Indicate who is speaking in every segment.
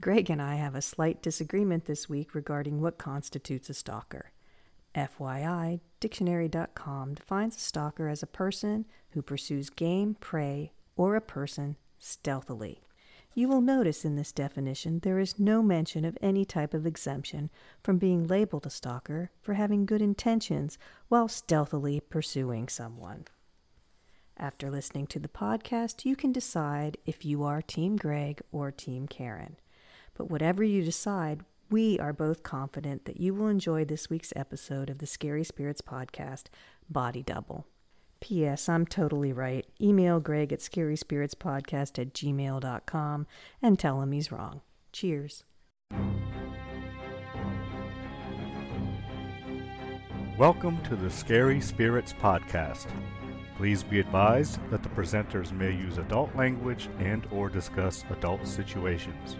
Speaker 1: Greg and I have a slight disagreement this week regarding what constitutes a stalker. FYI, dictionary.com defines a stalker as a person who pursues game, prey, or a person stealthily. You will notice in this definition there is no mention of any type of exemption from being labeled a stalker for having good intentions while stealthily pursuing someone. After listening to the podcast, you can decide if you are Team Greg or Team Karen. But whatever you decide, we are both confident that you will enjoy this week's episode of the Scary Spirits podcast, Body Double. P.S. I'm totally right. Email Greg at scaryspiritspodcast at gmail.com and tell him he's wrong. Cheers.
Speaker 2: Welcome to the Scary Spirits Podcast. Please be advised that the presenters may use adult language and or discuss adult situations.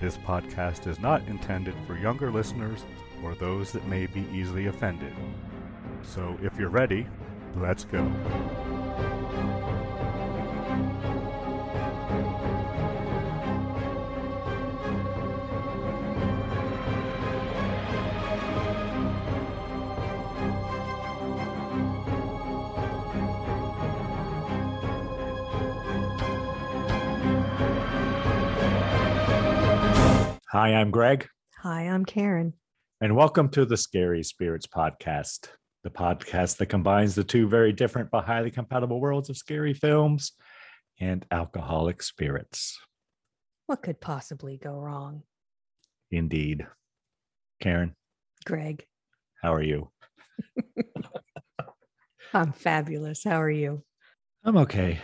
Speaker 2: This podcast is not intended for younger listeners or those that may be easily offended. So if you're ready, let's go.
Speaker 3: Hi, I'm Greg,
Speaker 1: Hi, I'm Karen.
Speaker 3: and welcome to the Scary Spirits Podcast, the podcast that combines the two very different but highly compatible worlds of scary films and alcoholic spirits.
Speaker 1: What could possibly go wrong?
Speaker 3: Indeed. Karen,
Speaker 1: Greg,
Speaker 3: how are you?
Speaker 1: I'm fabulous. How are you? Hmm,
Speaker 3: I'm okay.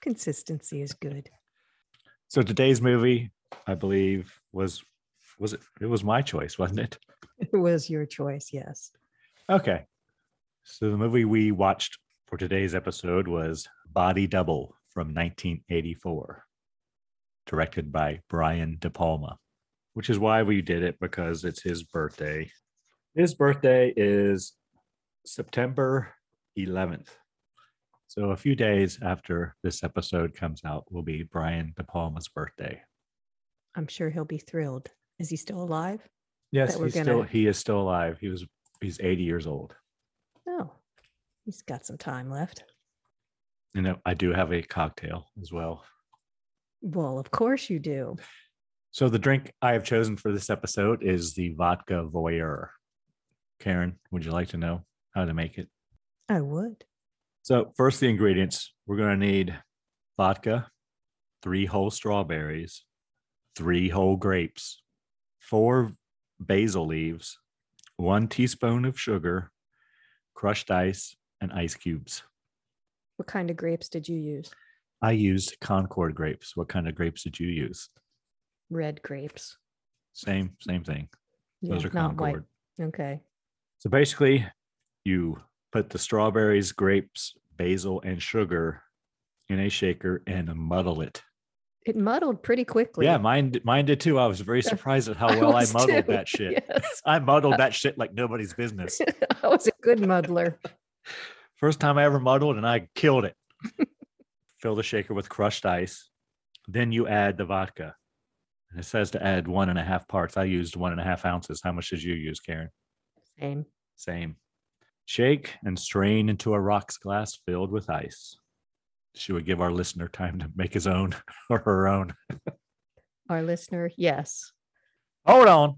Speaker 1: Consistency is good.
Speaker 3: So today's movie, I believe, was was it it was my choice, wasn't it?
Speaker 1: It was your choice, yes.
Speaker 3: Okay. So the movie we watched for today's episode was Body Double from 1984, directed by Brian De Palma, which is why we did it because it's his birthday. His birthday is September 11th. So a few days after this episode comes out will be Brian De Palma's birthday.
Speaker 1: I'm sure he'll be thrilled. Is he still alive?
Speaker 3: Yes,
Speaker 1: That we're
Speaker 3: he's still
Speaker 1: gonna-
Speaker 3: he is still alive. He was he's 80 years old.
Speaker 1: No. Oh, He's got some time left.
Speaker 3: And I do have a cocktail as well.
Speaker 1: Well, of course you do.
Speaker 3: So the drink I have chosen for this episode is the vodka voyeur. Karen, would you like to know how to make it?
Speaker 1: I would.
Speaker 3: So first the ingredients. We're going to need vodka, 3 whole strawberries, 3 whole grapes, 4 basil leaves, 1 teaspoon of sugar, crushed ice, and ice cubes.
Speaker 1: What kind of grapes did you use?
Speaker 3: I used Concord grapes. What kind of grapes did you use?
Speaker 1: Red grapes.
Speaker 3: Same same thing.
Speaker 1: Yeah,
Speaker 3: Those are
Speaker 1: not white.
Speaker 3: Concord.
Speaker 1: Okay.
Speaker 3: So basically, you put the strawberries, grapes, basil, and sugar in a shaker and muddle it.
Speaker 1: It muddled pretty quickly.
Speaker 3: Yeah, mine d- mine did too. I was very surprised at how well I,
Speaker 1: was
Speaker 3: muddled
Speaker 1: too.
Speaker 3: that shit.
Speaker 1: Yes.
Speaker 3: I muddled that shit like nobody's business.
Speaker 1: I was a good muddler.
Speaker 3: First time I ever muddled, and I killed it. Fill the shaker with crushed ice. Then you add the vodka. And it says to add one and a half parts. I used one and a half ounces. How much did you use, Karen?
Speaker 1: Same.
Speaker 3: Same. Shake and strain into a rocks glass filled with ice. She would give our listener time to make his own or her own.
Speaker 1: Our listener, yes.
Speaker 3: Hold on.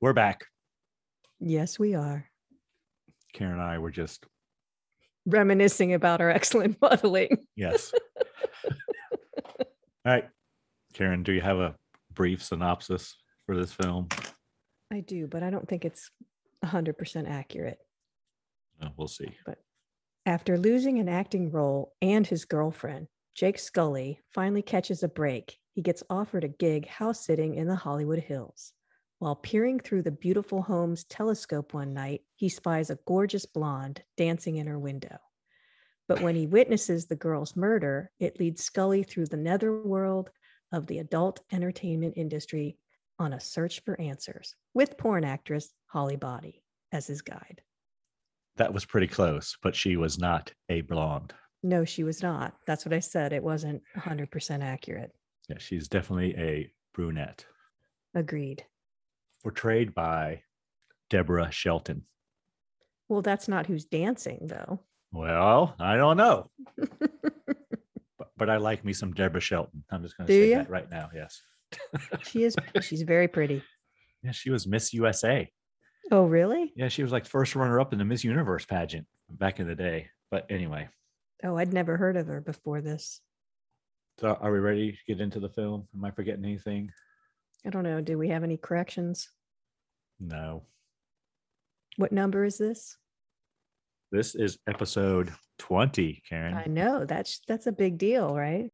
Speaker 3: We're back.
Speaker 1: Yes, we are.
Speaker 3: Karen and I were just,
Speaker 1: Reminiscing about our excellent muddling.
Speaker 3: yes. All right. Karen, do you have a brief synopsis for this film?
Speaker 1: I do, but I don't think it's 100% accurate.
Speaker 3: Uh, we'll see.
Speaker 1: After losing an acting role and his girlfriend, Jake Scully finally catches a break. He gets offered a gig house sitting in the Hollywood Hills. While peering through the beautiful home's telescope one night, he spies a gorgeous blonde dancing in her window. But when he witnesses the girl's murder, it leads Scully through the netherworld of the adult entertainment industry on a search for answers with porn actress Holly Body as his guide.
Speaker 3: That was pretty close, but she was not a blonde.
Speaker 1: No, she was not. That's what I said. It wasn't 100% accurate.
Speaker 3: Yeah, she's definitely a brunette,
Speaker 1: Agreed.
Speaker 3: portrayed by Deborah Shelton.
Speaker 1: Well, that's not who's dancing, though.
Speaker 3: Well, I don't know, but, but I like me some Deborah Shelton. I'm just going to
Speaker 1: Do
Speaker 3: say
Speaker 1: ya?
Speaker 3: that right now. Yes.
Speaker 1: she is, she's very pretty.
Speaker 3: Yeah, she was Miss USA.
Speaker 1: Oh, really?
Speaker 3: Yeah, she was like first runner up in the Miss Universe pageant back in the day. But anyway,
Speaker 1: Oh, I'd never heard of her before this.
Speaker 3: so are we ready to get into the film? Am I forgetting anything?
Speaker 1: I don't know. Do we have any corrections?
Speaker 3: No.
Speaker 1: What number is this?
Speaker 3: This is episode 20, Karen.
Speaker 1: I know that's that's a big deal, right?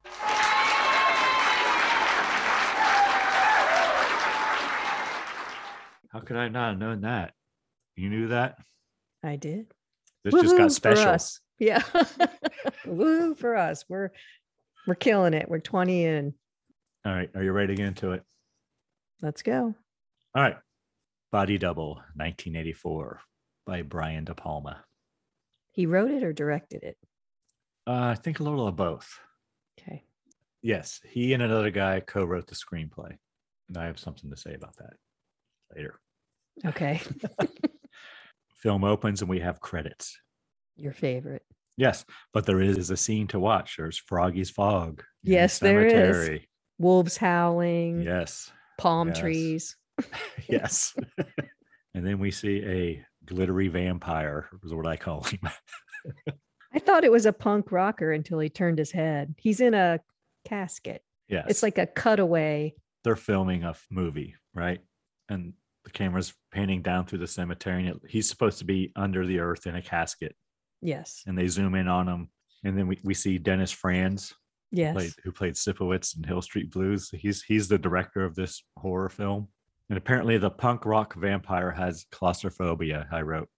Speaker 3: How could I not have known that? You knew that?
Speaker 1: I did.
Speaker 3: This just
Speaker 1: Woohoo
Speaker 3: got
Speaker 1: for
Speaker 3: special.
Speaker 1: us. Yeah. Woo for us. We're we're killing it. We're 20 in.
Speaker 3: All right. Are you ready to get into it?
Speaker 1: Let's go.
Speaker 3: All right. Body Double, 1984 by Brian De Palma.
Speaker 1: He wrote it or directed it.
Speaker 3: Uh, I think a little of both.
Speaker 1: Okay.
Speaker 3: Yes, he and another guy co wrote the screenplay. And I have something to say about that later.
Speaker 1: Okay.
Speaker 3: Film opens and we have credits.
Speaker 1: Your favorite.
Speaker 3: Yes, but there is a scene to watch. There's Froggy's Fog. in the
Speaker 1: Yes, there is. Mm.
Speaker 3: cemetery.
Speaker 1: Wolves howling,
Speaker 3: Yes,
Speaker 1: palm
Speaker 3: yes.
Speaker 1: trees.
Speaker 3: yes. and then we see a glittery vampire, is what I call him.
Speaker 1: I thought it was a punk rocker until he turned his head. He's in a casket.
Speaker 3: Yes.
Speaker 1: It's like a cutaway.
Speaker 3: they're filming a f- movie, right? And the camera's panning down through the cemetery, and it, he's supposed to be under the earth in a casket.
Speaker 1: Yes.
Speaker 3: And they zoom in on him. And then we, we see Dennis Franz,
Speaker 1: Yes.
Speaker 3: played, who played Sipowicz in Hill Street Blues. He's he's the director of this horror film. And apparently the punk rock vampire has claustrophobia, I wrote.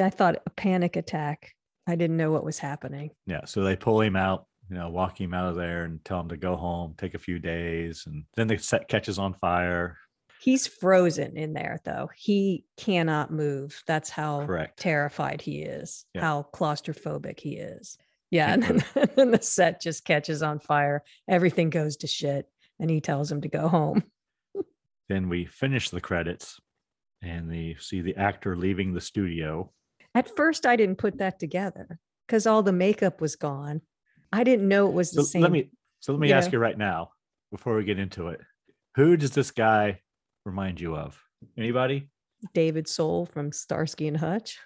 Speaker 1: I thought a panic attack. I didn't know what was happening.
Speaker 3: Yeah. So they pull him out, you know, walk him out of there and tell him to go home, take a few days. And then the set catches on fire.
Speaker 1: He's frozen in there though. He cannot move. That's how
Speaker 3: Correct.
Speaker 1: terrified he is,
Speaker 3: Yeah.
Speaker 1: how claustrophobic he is. Yeah. And
Speaker 3: Can't
Speaker 1: then, and then the set just catches on fire. Everything goes to shit. And he tells him to go home.
Speaker 3: Then we finish the credits and they see the actor leaving the studio.
Speaker 1: At first, I didn't put that together because all the makeup was gone. I didn't know it was
Speaker 3: So
Speaker 1: the same.
Speaker 3: let me so let me
Speaker 1: you
Speaker 3: ask
Speaker 1: know.
Speaker 3: you right now, before we get into it, who does this guy remind you of? Anybody?
Speaker 1: David Soul from Starsky and Hutch.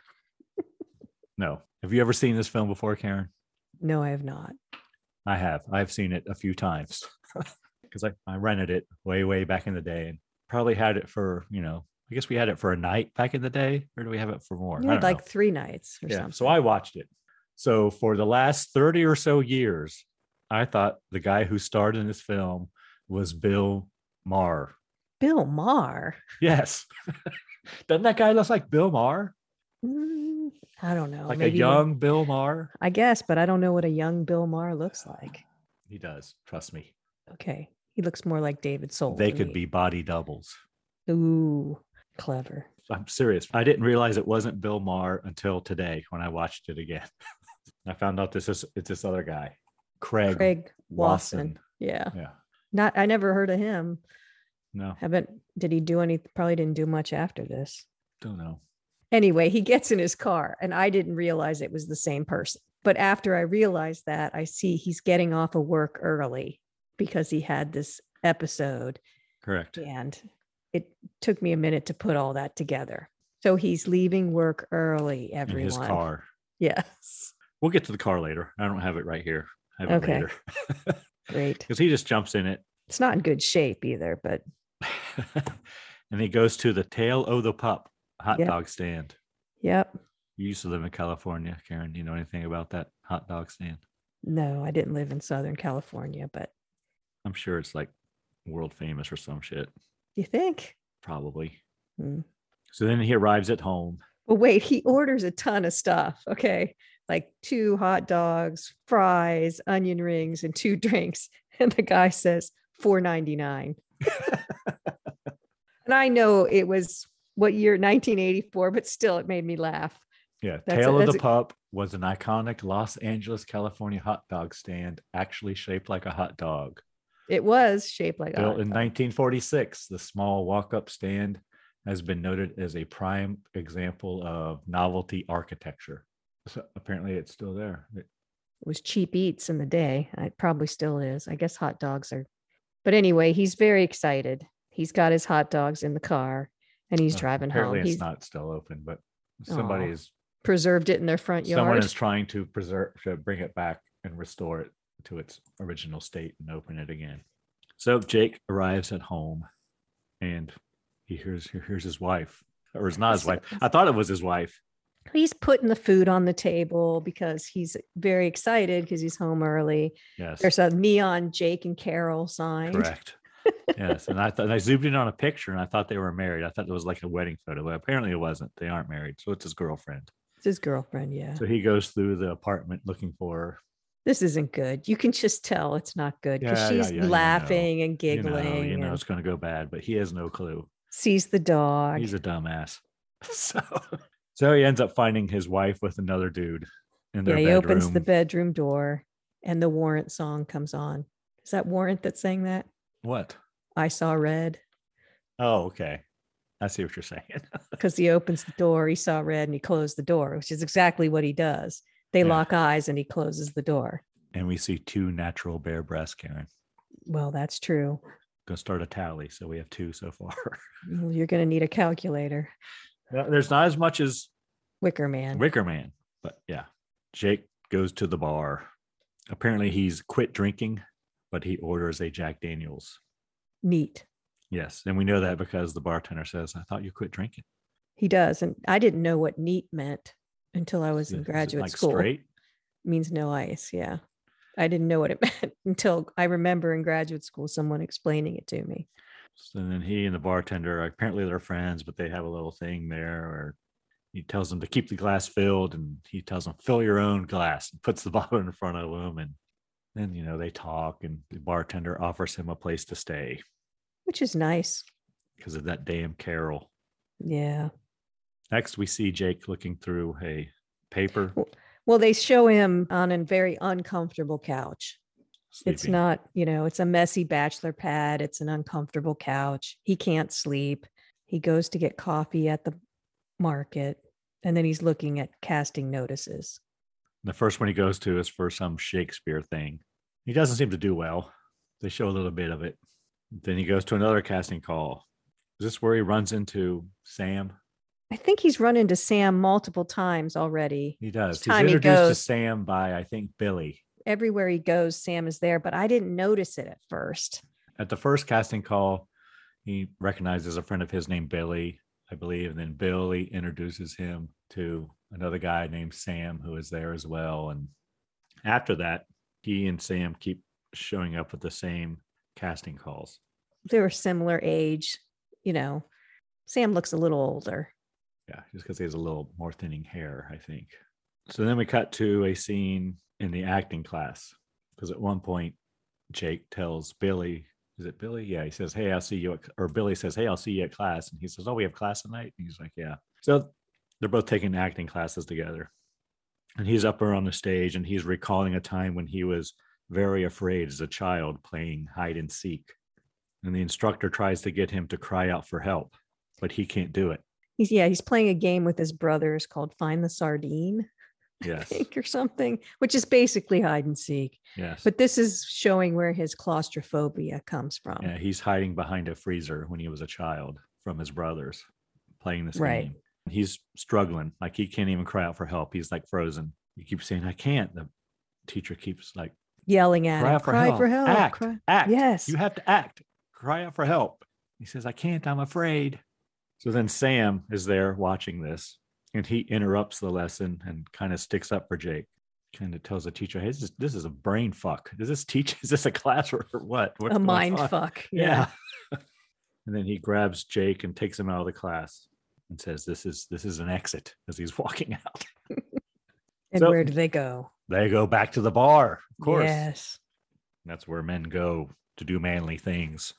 Speaker 3: No. Have you ever seen this film before, Karen?
Speaker 1: No, I have not.
Speaker 3: I have. I've seen it a few times because I, I rented it way, way back in the day and probably had it for, you know, I guess we had it for a night back in the day, or do we have it for more?
Speaker 1: You
Speaker 3: I
Speaker 1: had
Speaker 3: don't
Speaker 1: like three nights or
Speaker 3: know. yeah.
Speaker 1: something.
Speaker 3: So I watched it. So for the last 30 or so years, I thought the guy who starred in this film was Bill Maher.
Speaker 1: Bill Maher.
Speaker 3: Yes. Doesn't that guy look like Bill Maher?
Speaker 1: Mm, I don't know.
Speaker 3: like a
Speaker 1: maybe-
Speaker 3: young Bill Maher?
Speaker 1: I guess, but I don't know what a young Bill Maher looks like.
Speaker 3: He does. Trust me.
Speaker 1: Okay. He looks more like David Soul.
Speaker 3: They
Speaker 1: to
Speaker 3: could be
Speaker 1: me.
Speaker 3: body doubles.
Speaker 1: Ooh, clever.
Speaker 3: I'm serious. I didn't realize it wasn't Bill Maher until today when I watched it again. I found out this is it's this other guy, Craig,
Speaker 1: Craig
Speaker 3: Wasson.
Speaker 1: Wasson. Yeah.
Speaker 3: Yeah.
Speaker 1: Not I never heard of him.
Speaker 3: No,
Speaker 1: Haven't did he do any probably didn't do much after this.
Speaker 3: don't know.
Speaker 1: Anyway, he gets in his car and I didn't realize it was the same person. But after I realized that, I see he's getting off of work early because he had this episode
Speaker 3: Correct.
Speaker 1: and it took me a minute to put all that together. So he's leaving work early, everyone.
Speaker 3: In his car.
Speaker 1: Yes.
Speaker 3: We'll get to the car later. I don't have it right here. I have
Speaker 1: Okay.
Speaker 3: it later.
Speaker 1: Great.
Speaker 3: Because he just jumps in it
Speaker 1: It's not in good shape either, but
Speaker 3: and he goes to the tail of the pup hot
Speaker 1: Yep.
Speaker 3: dog stand.
Speaker 1: yep.
Speaker 3: You used to live in California, Karen. Do you know anything about that hot dog stand?
Speaker 1: No, I didn't live in Southern California, but
Speaker 3: I'm sure it's like world famous or some shit.
Speaker 1: you think?
Speaker 3: Probably.
Speaker 1: Hmm.
Speaker 3: So then he arrives at home
Speaker 1: Well, wait, he orders a ton of stuff. Okay. like two hot dogs, fries, onion rings, and two drinks. And the guy says, 499. and I know it was what year 1984, but still it made me laugh.
Speaker 3: Yeah.
Speaker 1: That's
Speaker 3: Tail
Speaker 1: a-
Speaker 3: of
Speaker 1: that's
Speaker 3: the
Speaker 1: a-
Speaker 3: Pup was an iconic Los Angeles, California hot dog stand, actually shaped like a hot dog.
Speaker 1: It was shaped like oh, a
Speaker 3: Built
Speaker 1: hot
Speaker 3: in
Speaker 1: dog.
Speaker 3: 1946, the small walk up stand has been noted as a prime example of novelty architecture. So apparently, it's still there. It-
Speaker 1: It was cheap eats in the day. It probably still is. I guess hot dogs are. But anyway, he's very excited. He's got his hot dogs in the car and he's
Speaker 3: uh,
Speaker 1: driving
Speaker 3: apparently
Speaker 1: home.
Speaker 3: it's
Speaker 1: He's
Speaker 3: not still open, but
Speaker 1: Aw.
Speaker 3: somebody is
Speaker 1: preserved it in their front
Speaker 3: someone
Speaker 1: yard.
Speaker 3: is trying to preserve to bring it back and restore it to its original state and open it again so jake arrives at home and he hears he hears his wife or it's not his wife i thought it was his wife
Speaker 1: he's putting the food on the table because he's very excited because he's home early.
Speaker 3: yes
Speaker 1: There's a neon Jake and Carol sign.
Speaker 3: correct yes and i thought and i zoomed in on a picture and i thought they were married i thought it was like a wedding photo but apparently it wasn't they aren't married so it's his girlfriend
Speaker 1: It's his girlfriend. Yeah.
Speaker 3: so he goes through the apartment looking for her
Speaker 1: This isn't good. You can just tell it's not good because
Speaker 3: Yeah, yeah,
Speaker 1: she's
Speaker 3: yeah, you know.
Speaker 1: laughing and
Speaker 3: You know,
Speaker 1: giggling
Speaker 3: you know
Speaker 1: and
Speaker 3: it's going to go bad but he has no clue
Speaker 1: sees the dog.
Speaker 3: He's a dumbass. So, so he ends up finding his wife with another dude in
Speaker 1: yeah,
Speaker 3: their
Speaker 1: he
Speaker 3: bedroom.
Speaker 1: opens the bedroom door and the Warrant song comes on. Is that Warrant that sang that?
Speaker 3: what?
Speaker 1: I saw red
Speaker 3: Oh, okay. I see what you're saying.
Speaker 1: because he opens the door, he saw red and he closed the door, which is exactly what he does. They
Speaker 3: Yeah.
Speaker 1: lock eyes and he closes the door.
Speaker 3: and we see two natural bare breasts, Karen.
Speaker 1: Well, that's true.
Speaker 3: Gonna start a tally. So we have two so far.
Speaker 1: Well, You're going to need a calculator.
Speaker 3: Now, There's not as much as
Speaker 1: Wicker Man.
Speaker 3: Wicker Man, but yeah. Jake goes to the bar. Apparently he's quit drinking, but he orders a Jack Daniels.
Speaker 1: Neat.
Speaker 3: Yes. And we know that because the bartender says, I thought you quit drinking.
Speaker 1: He does. And I didn't know what neat meant until I was
Speaker 3: Is it-
Speaker 1: in
Speaker 3: is it
Speaker 1: graduate
Speaker 3: like
Speaker 1: school.
Speaker 3: Straight?
Speaker 1: means no ice. Yeah. I didn't know what it meant until I remember in graduate school someone explaining it to me.
Speaker 3: So then he and the bartender apparently they're friends, but they have a little thing there where he tells them to keep the glass filled and he tells them, fill your own glass and puts the bottle in front of him. And then, you know, they talk and the bartender offers him a place to stay
Speaker 1: Which is nice.
Speaker 3: because of that damn Carol.
Speaker 1: Yeah.
Speaker 3: Next, we see Jake looking through a paper.
Speaker 1: Well, they show him on a very uncomfortable couch. It's
Speaker 3: sleeping.
Speaker 1: not, you know, it's a messy bachelor pad. It's an uncomfortable couch. He can't sleep. He goes to get coffee at the market and then he's looking at casting notices.
Speaker 3: The first one he goes to is for some Shakespeare thing. He doesn't seem to do well. They show a little bit of it. Then he goes to another casting call. Is this where he runs into Sam?
Speaker 1: I think he's run into Sam multiple times already.
Speaker 3: He does. He's
Speaker 1: time he
Speaker 3: introduced to
Speaker 1: goes-
Speaker 3: Sam by, I think, Billy.
Speaker 1: Everywhere he goes, Sam is there, but I didn't notice it at first.
Speaker 3: At the first casting call, he recognizes a friend of his named Billy, I believe. And then Billy introduces him to another guy named Sam who is there as well. And after that, he and Sam keep showing up at the same casting calls.
Speaker 1: They were similar age, you know. Sam looks a little older.
Speaker 3: Yeah, just because he has a little more thinning hair, I think. So then we cut to a scene in the acting class because at one point Jake tells Billy, "Is it Billy?" Yeah, he says, "Hey, I'll see you," at, c-" or Billy says, "Hey, I'll see you at class," and he says, "Oh, we have class tonight." And he's like, "Yeah." So they're both taking acting classes together, and he's up there on the stage and he's recalling a time when he was very afraid as a child playing hide and seek, and the instructor tries to get him to cry out for help, but he can't do it.
Speaker 1: He's yeah, he's playing a game with his brothers called Find the Sardine, I
Speaker 3: Yes.
Speaker 1: think, or something, which is basically hide and seek.
Speaker 3: Yes.
Speaker 1: But this is showing where his claustrophobia comes from.
Speaker 3: yeah, he's hiding behind a freezer when he was a child from his brothers playing this
Speaker 1: Right.
Speaker 3: game. He's struggling. Like he can't even cry out for help. He's like frozen. He keeps saying, I can't. The teacher keeps like,
Speaker 1: Yelling at
Speaker 3: cry
Speaker 1: him,
Speaker 3: out for
Speaker 1: cry
Speaker 3: help.
Speaker 1: for help.
Speaker 3: Act.
Speaker 1: cry-"
Speaker 3: Act.
Speaker 1: Yes.
Speaker 3: You have to act. Cry out for help. He says, I can't. I'm afraid. So then Sam is there watching this and he interrupts the lesson and kind of sticks up for Jake. Kind of tells the teacher, Hey, this is, this is a brain fuck. Is this teach? Is this a class or what? What's
Speaker 1: a
Speaker 3: going
Speaker 1: mind
Speaker 3: on?"
Speaker 1: fuck.
Speaker 3: yeah and then he grabs jake and takes him out of the class and says this is this is an exit as he's walking out
Speaker 1: And
Speaker 3: So-
Speaker 1: where do they go?
Speaker 3: They go back to the bar, of course.
Speaker 1: Yes.
Speaker 3: That's where men go to do manly things.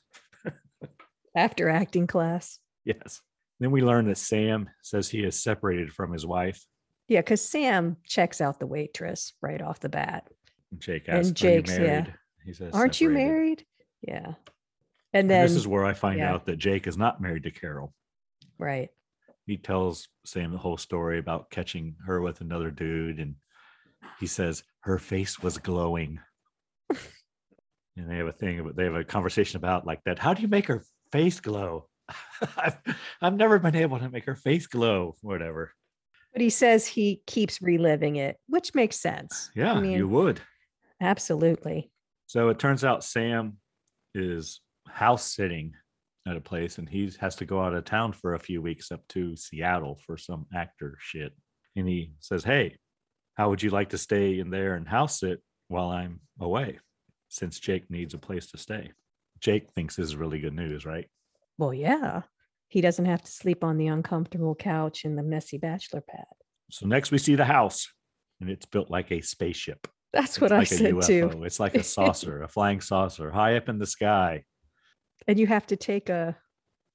Speaker 1: After acting class.
Speaker 3: Yes. Then we learn that Sam says he is separated from his wife.
Speaker 1: Yeah, because Sam checks out the waitress right off the bat.
Speaker 3: And Jake
Speaker 1: And
Speaker 3: asks,
Speaker 1: Jake's,
Speaker 3: Are
Speaker 1: yeah.
Speaker 3: you married? He says,
Speaker 1: Aren't you
Speaker 3: "Separated."
Speaker 1: married? Yeah. And
Speaker 3: And
Speaker 1: then,
Speaker 3: this is where I find
Speaker 1: yeah.
Speaker 3: out that Jake is not married to Carol.
Speaker 1: right.
Speaker 3: He tells Sam the whole story about catching her with another dude. And he says, Her face was glowing. and they have a thing, about- they have a conversation about like that. How do you make her face glow? I've, I've never been able to make her face glow, whatever.
Speaker 1: But he says he keeps reliving it, which makes sense.
Speaker 3: Yeah,
Speaker 1: mean-
Speaker 3: you would.
Speaker 1: Absolutely.
Speaker 3: So it turns out Sam is house sitting at a place and he has to go out of town for a few weeks up to Seattle for some actor shit. And he says, Hey, how would you like to stay in there and house sit while I'm away? Since Jake needs a place to stay. Jake thinks this is really good news, right?
Speaker 1: Well, yeah. He doesn't have to sleep on the uncomfortable couch in the messy bachelor pad.
Speaker 3: So next we see the house and it's built like a spaceship.
Speaker 1: That's
Speaker 3: It's
Speaker 1: what I
Speaker 3: like a
Speaker 1: said too.
Speaker 3: UFO. It's like a saucer, a flying saucer high up in the sky.
Speaker 1: And you have to take a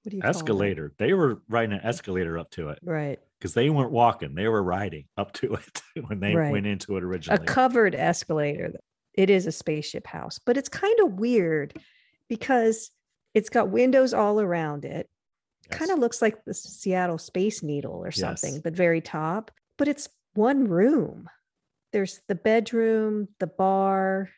Speaker 1: what do you call that?
Speaker 3: Escalator. They were riding an escalator up to it.
Speaker 1: Right.
Speaker 3: because they weren't walking, they were riding up to it when they
Speaker 1: Right.
Speaker 3: went into it
Speaker 1: A
Speaker 3: originally.
Speaker 1: covered escalator. It is a spaceship house, but it's kind of weird because it's got windows all around it. Kind of looks like the Seattle Space Needle or something,
Speaker 3: Yes.
Speaker 1: the very top, but it's one room. There's the bedroom, the bar.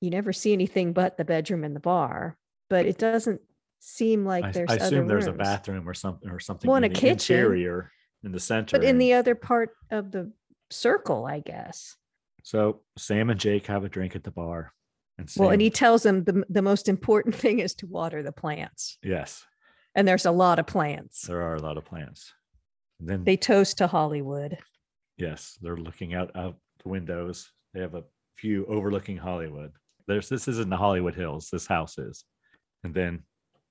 Speaker 1: You never see anything but the bedroom and the bar, but it doesn't seem like
Speaker 3: I,
Speaker 1: there's
Speaker 3: I
Speaker 1: other
Speaker 3: assume there's a
Speaker 1: rooms.
Speaker 3: bathroom or something or something.
Speaker 1: Well,
Speaker 3: in
Speaker 1: and a
Speaker 3: the
Speaker 1: kitchen.
Speaker 3: interior in the center.
Speaker 1: But in
Speaker 3: and-
Speaker 1: the other part of the circle, I guess.
Speaker 3: so Sam and Jake have a drink at the bar, and Sam,
Speaker 1: Well, and he tells them the, the most important thing is to water the plants.
Speaker 3: yes,
Speaker 1: And there's a lot of plants.
Speaker 3: there are a lot of plants. And then
Speaker 1: They toast to Hollywood.
Speaker 3: yes, they're looking out out the windows. They have a view overlooking Hollywood. There's this is in the Hollywood Hills. This house is, and then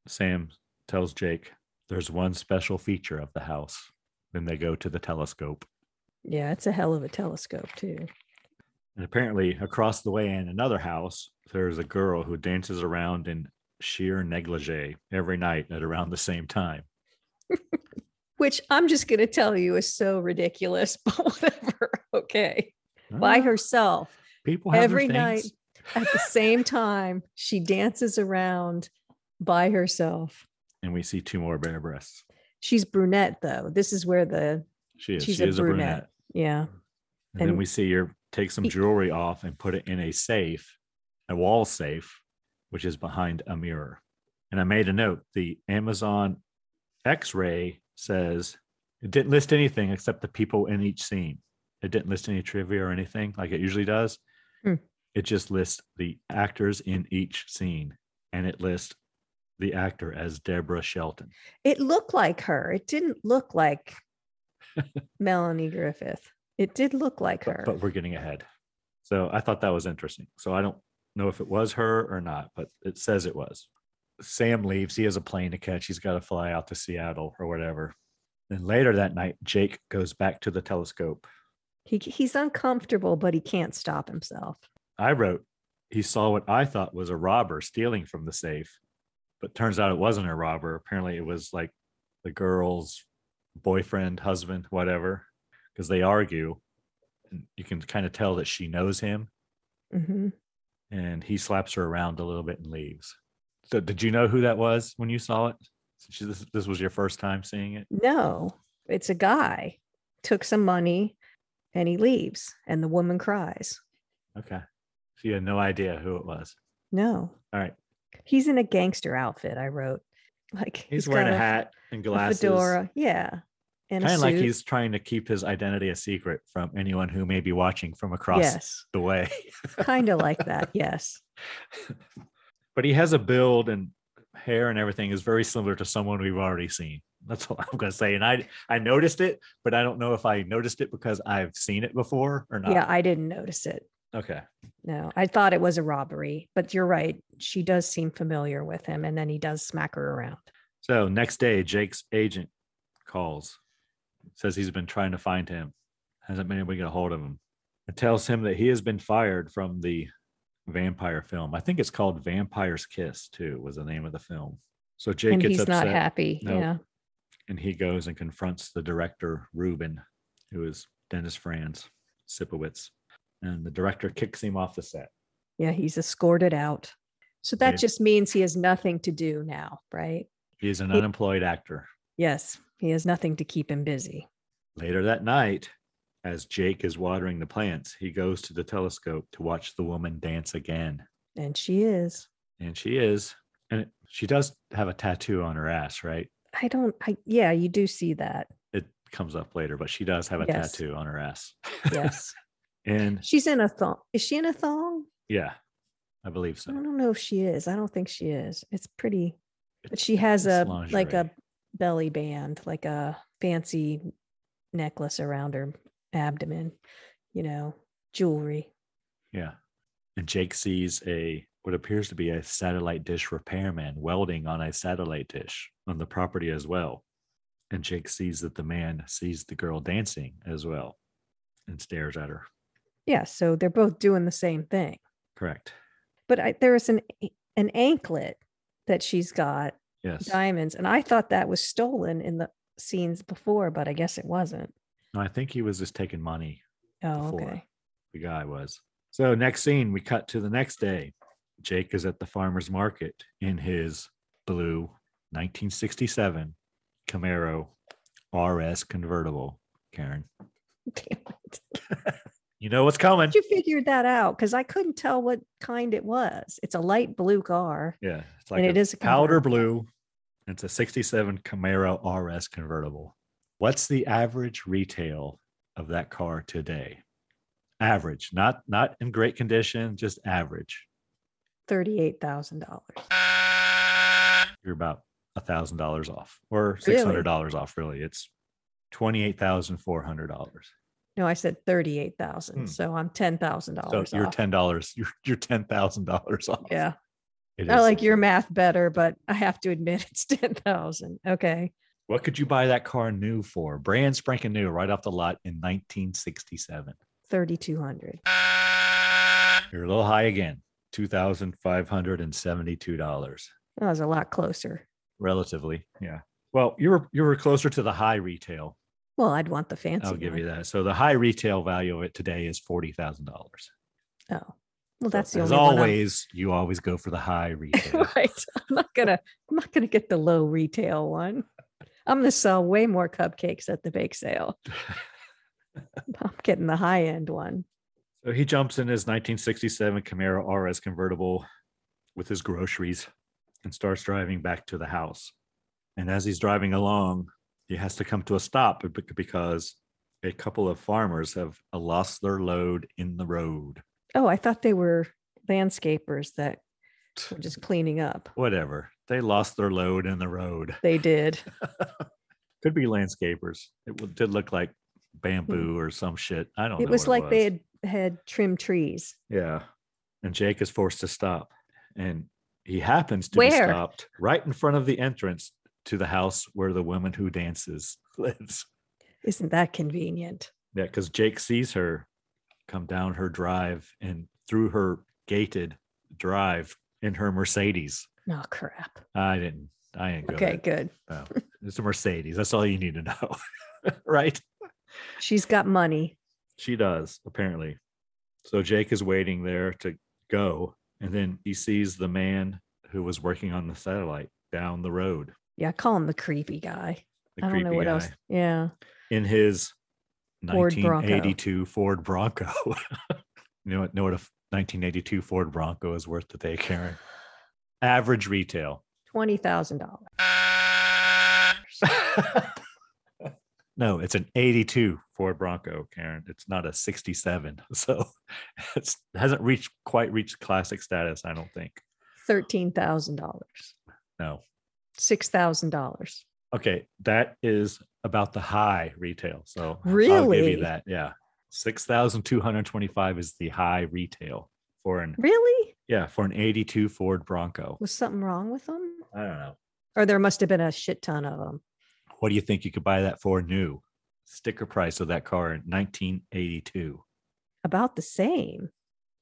Speaker 3: Sam tells Jake there's one special feature of the house. Then they go to the telescope.
Speaker 1: Yeah, it's a hell of a telescope, too.
Speaker 3: And apparently, across the way in another house, there's a girl who dances around in sheer negligee every night at around the same time.
Speaker 1: Which I'm just going to tell you is so ridiculous, but whatever. Okay. By
Speaker 3: Ah,
Speaker 1: herself
Speaker 3: people have
Speaker 1: every
Speaker 3: their
Speaker 1: night
Speaker 3: things.
Speaker 1: at the same time, she dances around by herself.
Speaker 3: And we see two more bare breasts.
Speaker 1: She's brunette, though. This is where the,
Speaker 3: She is.
Speaker 1: She's
Speaker 3: she
Speaker 1: a
Speaker 3: is a
Speaker 1: brunette.
Speaker 3: brunette.
Speaker 1: yeah.
Speaker 3: And, then
Speaker 1: And-
Speaker 3: we see her take some
Speaker 1: He-
Speaker 3: jewelry off and put it in a safe, a wall safe, which is behind a mirror. And I made a note the Amazon X ray says it didn't list anything except the people in each scene. It didn't list any trivia or anything like it usually does.
Speaker 1: Hmm.
Speaker 3: It just lists the actors in each scene and it lists the actor as Deborah Shelton.
Speaker 1: It looked like her. It didn't look like Melanie Griffith. It did look like her.
Speaker 3: but, but we're getting ahead. So I thought that was interesting. So I don't know if it was her or not, but it says it was. Sam leaves. He has a plane to catch. He's got to fly out to Seattle or whatever. Then later that night, Jake goes back to the telescope.
Speaker 1: he he's uncomfortable, but he can't stop himself.
Speaker 3: I wrote, he saw what I thought was a robber stealing from the safe, but turns out it wasn't a robber. Apparently, it was like the girl's boyfriend, husband, whatever, because they argue. And you can kind of tell that she knows him.
Speaker 1: Mhm.
Speaker 3: and he slaps her around a little bit and leaves. So, did you know who that was when you saw it? Since you- This, this was your first time seeing it.
Speaker 1: No, it's a guy took some money and he leaves, and the woman cries.
Speaker 3: Okay, so you had no idea who it was.
Speaker 1: No,
Speaker 3: All right,
Speaker 1: he's in a gangster outfit. I wrote like
Speaker 3: he's, wearing
Speaker 1: got
Speaker 3: a hat and glasses,
Speaker 1: fedora, yeah, and
Speaker 3: kind
Speaker 1: a
Speaker 3: of
Speaker 1: suit.
Speaker 3: like he's trying to keep his identity a secret from anyone who may be watching from across
Speaker 1: yes,
Speaker 3: the way.
Speaker 1: kind of like that. Yes,
Speaker 3: But he has a build and hair and everything is very similar to someone we've already seen. That's all I'm gonna say. And I I noticed it, but I don't know if I noticed it because I've seen it before or not.
Speaker 1: yeah, I didn't notice it.
Speaker 3: Okay.
Speaker 1: No, I thought it was a robbery, but you're right. She does seem familiar with him, and then he does smack her around.
Speaker 3: So next day, Jake's agent calls, says he's been trying to find him, hasn't been able to get a hold of him. and tells him that he has been fired from the vampire film. I think it's called Vampire's Kiss, too, was the name of the film. So Jake
Speaker 1: and
Speaker 3: gets
Speaker 1: he's
Speaker 3: upset
Speaker 1: not happy.
Speaker 3: No.
Speaker 1: Yeah.
Speaker 3: and he goes and confronts the director, Ruben, who is Dennis Franz Sipowicz. And the director kicks him off the set.
Speaker 1: Yeah. He's escorted out. So that
Speaker 3: Yeah.
Speaker 1: just means he has nothing to do now, right?
Speaker 3: He is an
Speaker 1: He-
Speaker 3: unemployed actor.
Speaker 1: Yes. He has nothing to keep him busy.
Speaker 3: Later that night, as Jake is watering the plants, he goes to the telescope to watch the woman dance again.
Speaker 1: And she is.
Speaker 3: And she is, and it, she does have a tattoo on her ass, right?
Speaker 1: I don't, I, yeah, you do see that.
Speaker 3: It comes up later, but she does have a
Speaker 1: Yes.
Speaker 3: tattoo on her ass.
Speaker 1: Yes.
Speaker 3: and
Speaker 1: She's in a thong. Is she in a thong?
Speaker 3: yeah, I believe
Speaker 1: I
Speaker 3: so.
Speaker 1: don't know if she is. I don't think she is. It's pretty, but she
Speaker 3: It's-
Speaker 1: has
Speaker 3: it's
Speaker 1: a, like
Speaker 3: lingerie.
Speaker 1: a belly band, like a fancy necklace around her abdomen, you know, jewelry.
Speaker 3: Yeah. And Jake sees a what appears to be a satellite dish repairman welding on a satellite dish on the property as well. And Jake sees that the man sees the girl dancing as well and stares at her.
Speaker 1: Yeah. So they're both doing the same thing.
Speaker 3: Correct.
Speaker 1: But I, there is an, an anklet that she's got
Speaker 3: Yes.
Speaker 1: diamonds. And I thought that was stolen in the scenes before, but I guess it wasn't.
Speaker 3: No, I think he was just taking money.
Speaker 1: Oh,
Speaker 3: Before.
Speaker 1: okay.
Speaker 3: The guy was. So next scene, we cut to the next day. Jake is at the farmer's market in his blue 1967 Camaro RS convertible. Karen.
Speaker 1: Damn it.
Speaker 3: You know what's coming.
Speaker 1: Glad You figured that out because I couldn't tell what kind it was. It's a light blue car.
Speaker 3: Yeah, it's like
Speaker 1: And it is a
Speaker 3: powder
Speaker 1: convertible.
Speaker 3: blue. It's a 67 Camaro RS convertible. What's the average retail of that car today? Average, not not in great condition, just average.
Speaker 1: Thirty-eight thousand dollars.
Speaker 3: You're about a thousand dollars off or
Speaker 1: Really?
Speaker 3: six hundred dollars off, really. It's twenty-eight thousand four hundred dollars.
Speaker 1: No, I said thirty-eight thousand.
Speaker 3: Hmm.
Speaker 1: So I'm ten thousand
Speaker 3: So
Speaker 1: dollars
Speaker 3: you're
Speaker 1: off.
Speaker 3: ten dollars, you're you're ten thousand dollars off.
Speaker 1: yeah,
Speaker 3: It
Speaker 1: I
Speaker 3: is-
Speaker 1: like your math better, but I have to admit it's ten thousand. Okay,
Speaker 3: what could you buy that car new for? Brand spanking new, right off the lot in 1967.
Speaker 1: thirty-two hundred.
Speaker 3: You're a little high again. Two thousand five hundred and seventy-two dollars,
Speaker 1: That was a lot closer.
Speaker 3: relatively. Yeah. Well, you were you were closer to the high retail.
Speaker 1: Well, I'd want the fancy.
Speaker 3: I'll give
Speaker 1: one.
Speaker 3: you that. So the high retail value of it today is forty thousand dollars.
Speaker 1: Oh, well, that's the
Speaker 3: as
Speaker 1: only
Speaker 3: always. You always go for the high
Speaker 1: One
Speaker 3: retail.
Speaker 1: I'm, right. I'm not gonna. I'm not gonna get the low retail one. I'm gonna sell way more cupcakes at the bake sale. I'm getting the high end one.
Speaker 3: so he jumps in his 1967 Camaro RS convertible with his groceries and starts driving back to the house. And as he's driving along, he has to come to a stop be- because a couple of farmers have uh, lost their load in the road.
Speaker 1: Oh, I thought they were landscapers that were just cleaning up.
Speaker 3: Whatever. They lost their load in the road.
Speaker 1: They did.
Speaker 3: Could be landscapers. It w- did look like bamboo or some shit. I don't know.
Speaker 1: Hmm. It was
Speaker 3: what
Speaker 1: like they had had trimmed trees.
Speaker 3: Yeah. And Jake is forced to stop. And he happens to be
Speaker 1: Where?
Speaker 3: stopped right in front of the entrance to the house where the woman who dances lives.
Speaker 1: Isn't that convenient?
Speaker 3: Yeah, because Jake sees her come down her drive and through her gated drive in her Mercedes.
Speaker 1: Oh crap.
Speaker 3: I didn't I didn't go.
Speaker 1: Okay,
Speaker 3: that-
Speaker 1: good.
Speaker 3: It's a Mercedes. That's all you need to know. right?
Speaker 1: She's got money.
Speaker 3: She does, apparently. So Jake is waiting there to go. And then he sees the man who was working on the satellite down the road.
Speaker 1: Yeah, call him the creepy guy.
Speaker 3: The
Speaker 1: I don't know
Speaker 3: creepy
Speaker 1: what
Speaker 3: guy
Speaker 1: else. Yeah.
Speaker 3: in his
Speaker 1: Ford Bronco.
Speaker 3: 1982 Ford Bronco. you know what? Know what a f- 1982 Ford Bronco is worth today, Karen? Average retail.
Speaker 1: Twenty thousand dollars.
Speaker 3: no, it's an 82 Ford Bronco, Karen. It's not a 67. So it hasn't reached quite reached classic status, I don't think.
Speaker 1: Thirteen thousand dollars.
Speaker 3: No.
Speaker 1: Six thousand dollars.
Speaker 3: Okay, that is about the high retail. So I'll give
Speaker 1: Really?
Speaker 3: you that. Yeah. 6,225 is the high retail for an
Speaker 1: Really?
Speaker 3: yeah, for an 82 Ford Bronco.
Speaker 1: Was something wrong with them?
Speaker 3: I don't know.
Speaker 1: Or there must have been a shit ton of them.
Speaker 3: What do you think you could buy that for new? Sticker price of that car in 1982.
Speaker 1: about the same.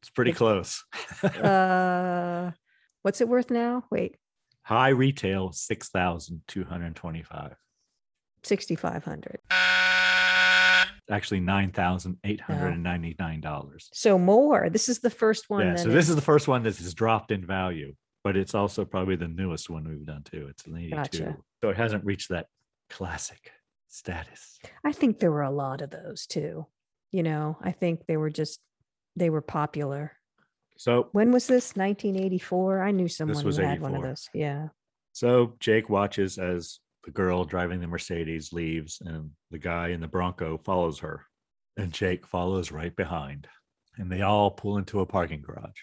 Speaker 3: It's pretty
Speaker 1: It's-
Speaker 3: close.
Speaker 1: Uh, what's it worth now? Wait,
Speaker 3: High retail, 6,225.
Speaker 1: 6,500.
Speaker 3: Actually, $9,899.
Speaker 1: So more. This is the first one.
Speaker 3: Yeah.
Speaker 1: then
Speaker 3: So this is the first one that has dropped in value, but it's also probably the newest one we've done too. It's an 82.
Speaker 1: Gotcha.
Speaker 3: So it hasn't reached that classic status.
Speaker 1: I think there were a lot of those too. You know, I think they were just, they were popular.
Speaker 3: So
Speaker 1: When was this? 1984. I knew someone
Speaker 3: was
Speaker 1: who had one of
Speaker 3: 84.
Speaker 1: those. Yeah.
Speaker 3: So Jake watches as the girl driving the Mercedes leaves and the guy in the Bronco follows her. And Jake follows right behind. And they all pull into a parking garage.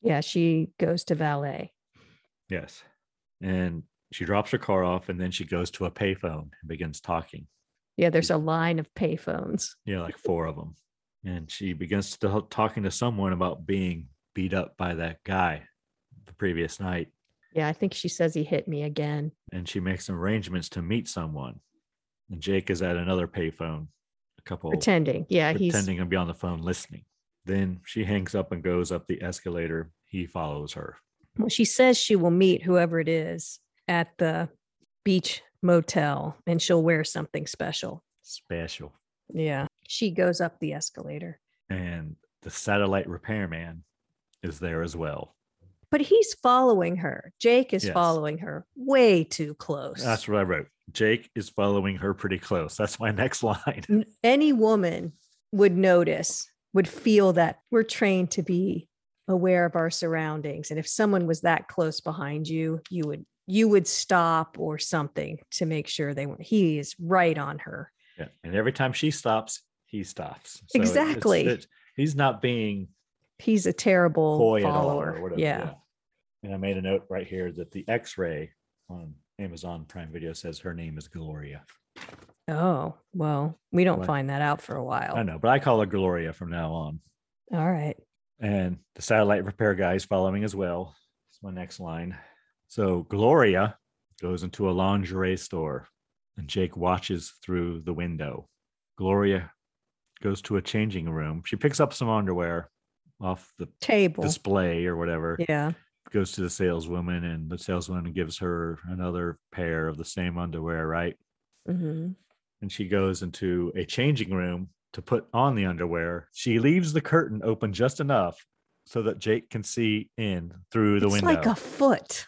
Speaker 1: Yeah. She goes to valet.
Speaker 3: Yes. And she drops her car off and then she goes to a payphone and begins talking.
Speaker 1: Yeah. There's a line of payphones.
Speaker 3: Yeah, like four of them. And she begins to talking to someone about being beat up by that guy the previous night.
Speaker 1: Yeah. I think she says he hit me again.
Speaker 3: and she makes arrangements to meet someone. And Jake is at another payphone, a couple
Speaker 1: pretending. Yeah. He's,
Speaker 3: Oh, pretending to be on the phone listening. Then she hangs up and goes up the escalator. He follows her.
Speaker 1: well, she says she will meet whoever it is at the beach motel and she'll wear something special.
Speaker 3: Special.
Speaker 1: Yeah. She goes up the escalator,
Speaker 3: And the satellite repairman is there as well.
Speaker 1: but he's following her. Jake is
Speaker 3: Yes.
Speaker 1: following her way too close.
Speaker 3: That's what I wrote. Jake is following her pretty close. That's my next line.
Speaker 1: N- Any woman would notice, would feel that we're trained to be aware of our surroundings. And if someone was that close behind you, you would you would stop or something to make sure they weren't he is right on her.
Speaker 3: Yeah. And every time she stops, he stops. So it- it's-
Speaker 1: Exactly.
Speaker 3: it- he's not being
Speaker 1: he's a terrible
Speaker 3: Coy at all
Speaker 1: follower.
Speaker 3: or whatever.
Speaker 1: yeah.
Speaker 3: And I made a note right here that the X-ray on Amazon Prime Video says her name is Gloria.
Speaker 1: Oh, well, we don't
Speaker 3: What?
Speaker 1: find that out for a while.
Speaker 3: I know, but I call her Gloria from now on.
Speaker 1: All right.
Speaker 3: And the satellite repair guy is following as well. It's my next line. So Gloria goes into a lingerie store, and Jake watches through the window. Gloria goes to a changing room. She picks up some underwear off the
Speaker 1: Table.
Speaker 3: display or whatever.
Speaker 1: yeah.
Speaker 3: goes to the saleswoman and the saleswoman gives her another pair of the same underwear right
Speaker 1: hmm
Speaker 3: and she goes into a changing room to put on the underwear she leaves the curtain open just enough so that jake can see in through the
Speaker 1: it's
Speaker 3: window
Speaker 1: like a foot.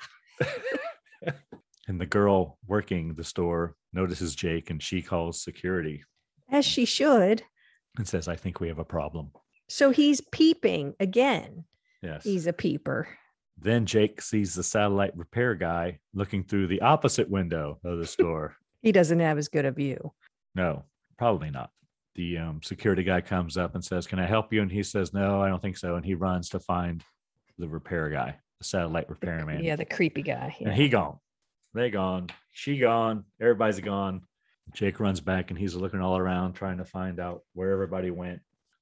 Speaker 3: and the girl working the store notices jake and she calls security
Speaker 1: As she should.
Speaker 3: and says i think we have a problem
Speaker 1: So he's peeping again.
Speaker 3: yes
Speaker 1: He's a peeper.
Speaker 3: then jake sees the satellite repair guy looking through the opposite window of the store
Speaker 1: He doesn't have as good a view.
Speaker 3: No, probably not. The um, security guy comes up and says, Can I help you? And he says, No, I don't think so. And he runs to find the repair guy, the satellite repairman.
Speaker 1: Yeah, the creepy guy.
Speaker 3: And he gone. They gone. She gone. Everybody's gone. Jake runs back and he's looking all around trying to find out where everybody went.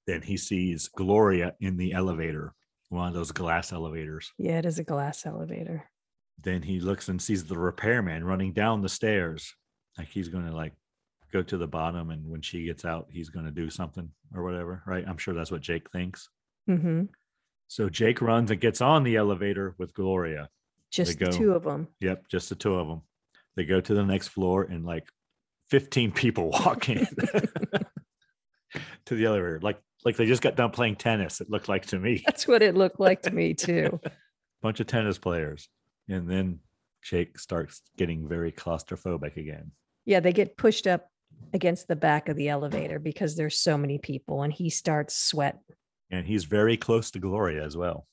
Speaker 3: Then he sees Gloria in the elevator, one of those glass elevators.
Speaker 1: yeah, it is a glass elevator.
Speaker 3: Then he looks and sees the repairman running down the stairs. Like he's going to like go to the bottom and when she gets out, he's going to do something or whatever, right? I'm sure that's what Jake thinks.
Speaker 1: hmm
Speaker 3: So Jake runs and gets on the elevator with Gloria.
Speaker 1: Just the
Speaker 3: go.
Speaker 1: two of them.
Speaker 3: Yep, just the two of them. They go to the next floor and like 15 people walk in to the elevator. Like like they just got done playing tennis. It looked like to me.
Speaker 1: That's what it looked like to me, too.
Speaker 3: bunch of tennis players. And then Jake starts getting very claustrophobic again.
Speaker 1: Yeah, they get pushed up against the back of the elevator because there's so many people and he starts sweating.
Speaker 3: and he's very close to Gloria as well.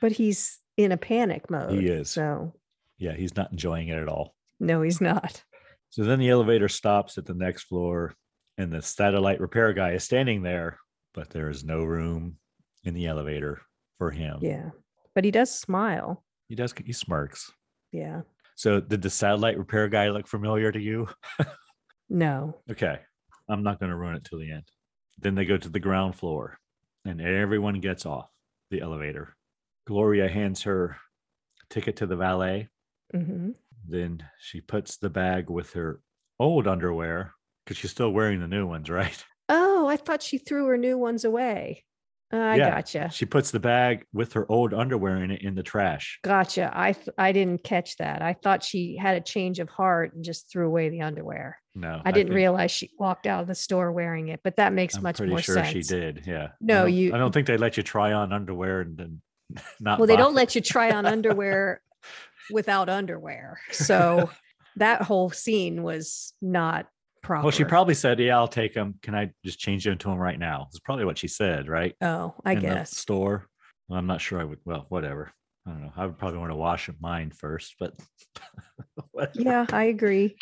Speaker 1: but he's in a panic mode.
Speaker 3: is.
Speaker 1: So
Speaker 3: Yeah, he's not enjoying it at all.
Speaker 1: no, he's not.
Speaker 3: So then the elevator stops at the next floor, and the satellite repair guy is standing there, but there is no room in the elevator for him.
Speaker 1: Yeah. But he does smile.
Speaker 3: He does, he smirks.
Speaker 1: Yeah.
Speaker 3: So, did the satellite repair guy look familiar to you?
Speaker 1: No.
Speaker 3: Okay. I'm not going to ruin it till the end. Then they go to the ground floor and everyone gets off the elevator. Gloria hands her ticket to the valet
Speaker 1: hmm
Speaker 3: Then she puts the bag with her old underwear because she's still wearing the new ones, right?
Speaker 1: Oh, I thought she threw her new ones away. I
Speaker 3: Yeah.
Speaker 1: gotcha.
Speaker 3: She puts the bag with her old underwear in it in the trash.
Speaker 1: Gotcha. I th- I didn't catch that. I thought she had a change of heart and just threw away the underwear.
Speaker 3: No,
Speaker 1: I didn't
Speaker 3: think-
Speaker 1: realize she walked out of the store wearing it, but that makes
Speaker 3: I'm
Speaker 1: much
Speaker 3: pretty
Speaker 1: more
Speaker 3: sure
Speaker 1: sense.
Speaker 3: she did. Yeah.
Speaker 1: No,
Speaker 3: I don't-
Speaker 1: you-
Speaker 3: I don't think they let you try on underwear and then not.
Speaker 1: Well, they don't
Speaker 3: buy-
Speaker 1: let you try on underwear without underwear. So that whole scene was not proper.
Speaker 3: Well, she probably said, "Yeah, I'll take them. Can I just change into them right now?" It's probably what she said, right?
Speaker 1: Oh, I
Speaker 3: in the
Speaker 1: guess.
Speaker 3: store. Well, I'm not sure. I would. Well, whatever. I don't know. I would probably want to wash mine first, but whatever.
Speaker 1: Yeah, I agree.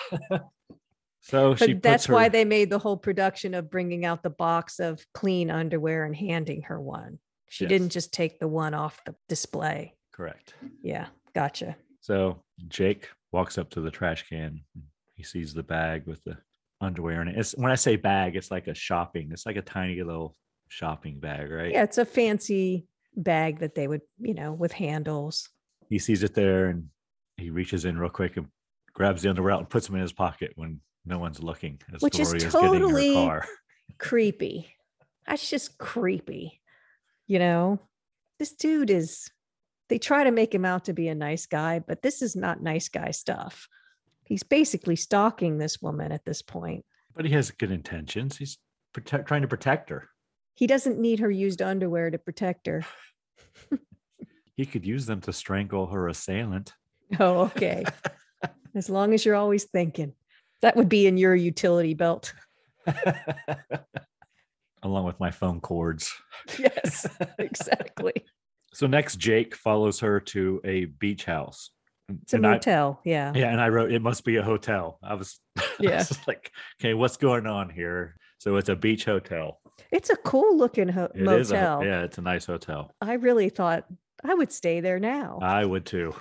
Speaker 3: So she.
Speaker 1: But that's
Speaker 3: puts her,
Speaker 1: why they made the whole production of bringing out the box of clean underwear and handing her one. She
Speaker 3: Yes.
Speaker 1: didn't just take the one off the display.
Speaker 3: Correct.
Speaker 1: Yeah, gotcha.
Speaker 3: So Jake walks up to the trash can. and He sees the bag with the underwear in it. It's when I say bag, it's like a shopping. It's like a tiny little shopping bag, right?
Speaker 1: Yeah, it's a fancy bag that they would, you know, with handles.
Speaker 3: He sees it there and he reaches in real quick and grabs the underwear out and puts them in his pocket when no one's looking. As
Speaker 1: Which is
Speaker 3: Gloria
Speaker 1: totally-
Speaker 3: getting her car.
Speaker 1: Creepy. That's just creepy. You know, this dude is, they try to make him out to be a nice guy, but this is not nice guy stuff. He's basically stalking this woman at this point.
Speaker 3: But he has good intentions. He's protect, trying to protect her.
Speaker 1: He doesn't need her used underwear to protect her.
Speaker 3: He could use them to strangle her assailant.
Speaker 1: Oh, okay. as long as you're always thinking, that would be in your utility belt.
Speaker 3: Along with my phone cords.
Speaker 1: Yes, exactly.
Speaker 3: So next, Jake follows her to a beach house.
Speaker 1: It's a
Speaker 3: And I-
Speaker 1: motel. yeah.
Speaker 3: yeah, and I wrote it must be a hotel. I was, yeah,
Speaker 1: Yeah.
Speaker 3: like, okay, what's going on here? So it's a beach hotel.
Speaker 1: It's a cool looking ho-
Speaker 3: It
Speaker 1: motel.
Speaker 3: is a ho- yeah, it's a nice hotel.
Speaker 1: I really thought I would stay there now.
Speaker 3: I would too.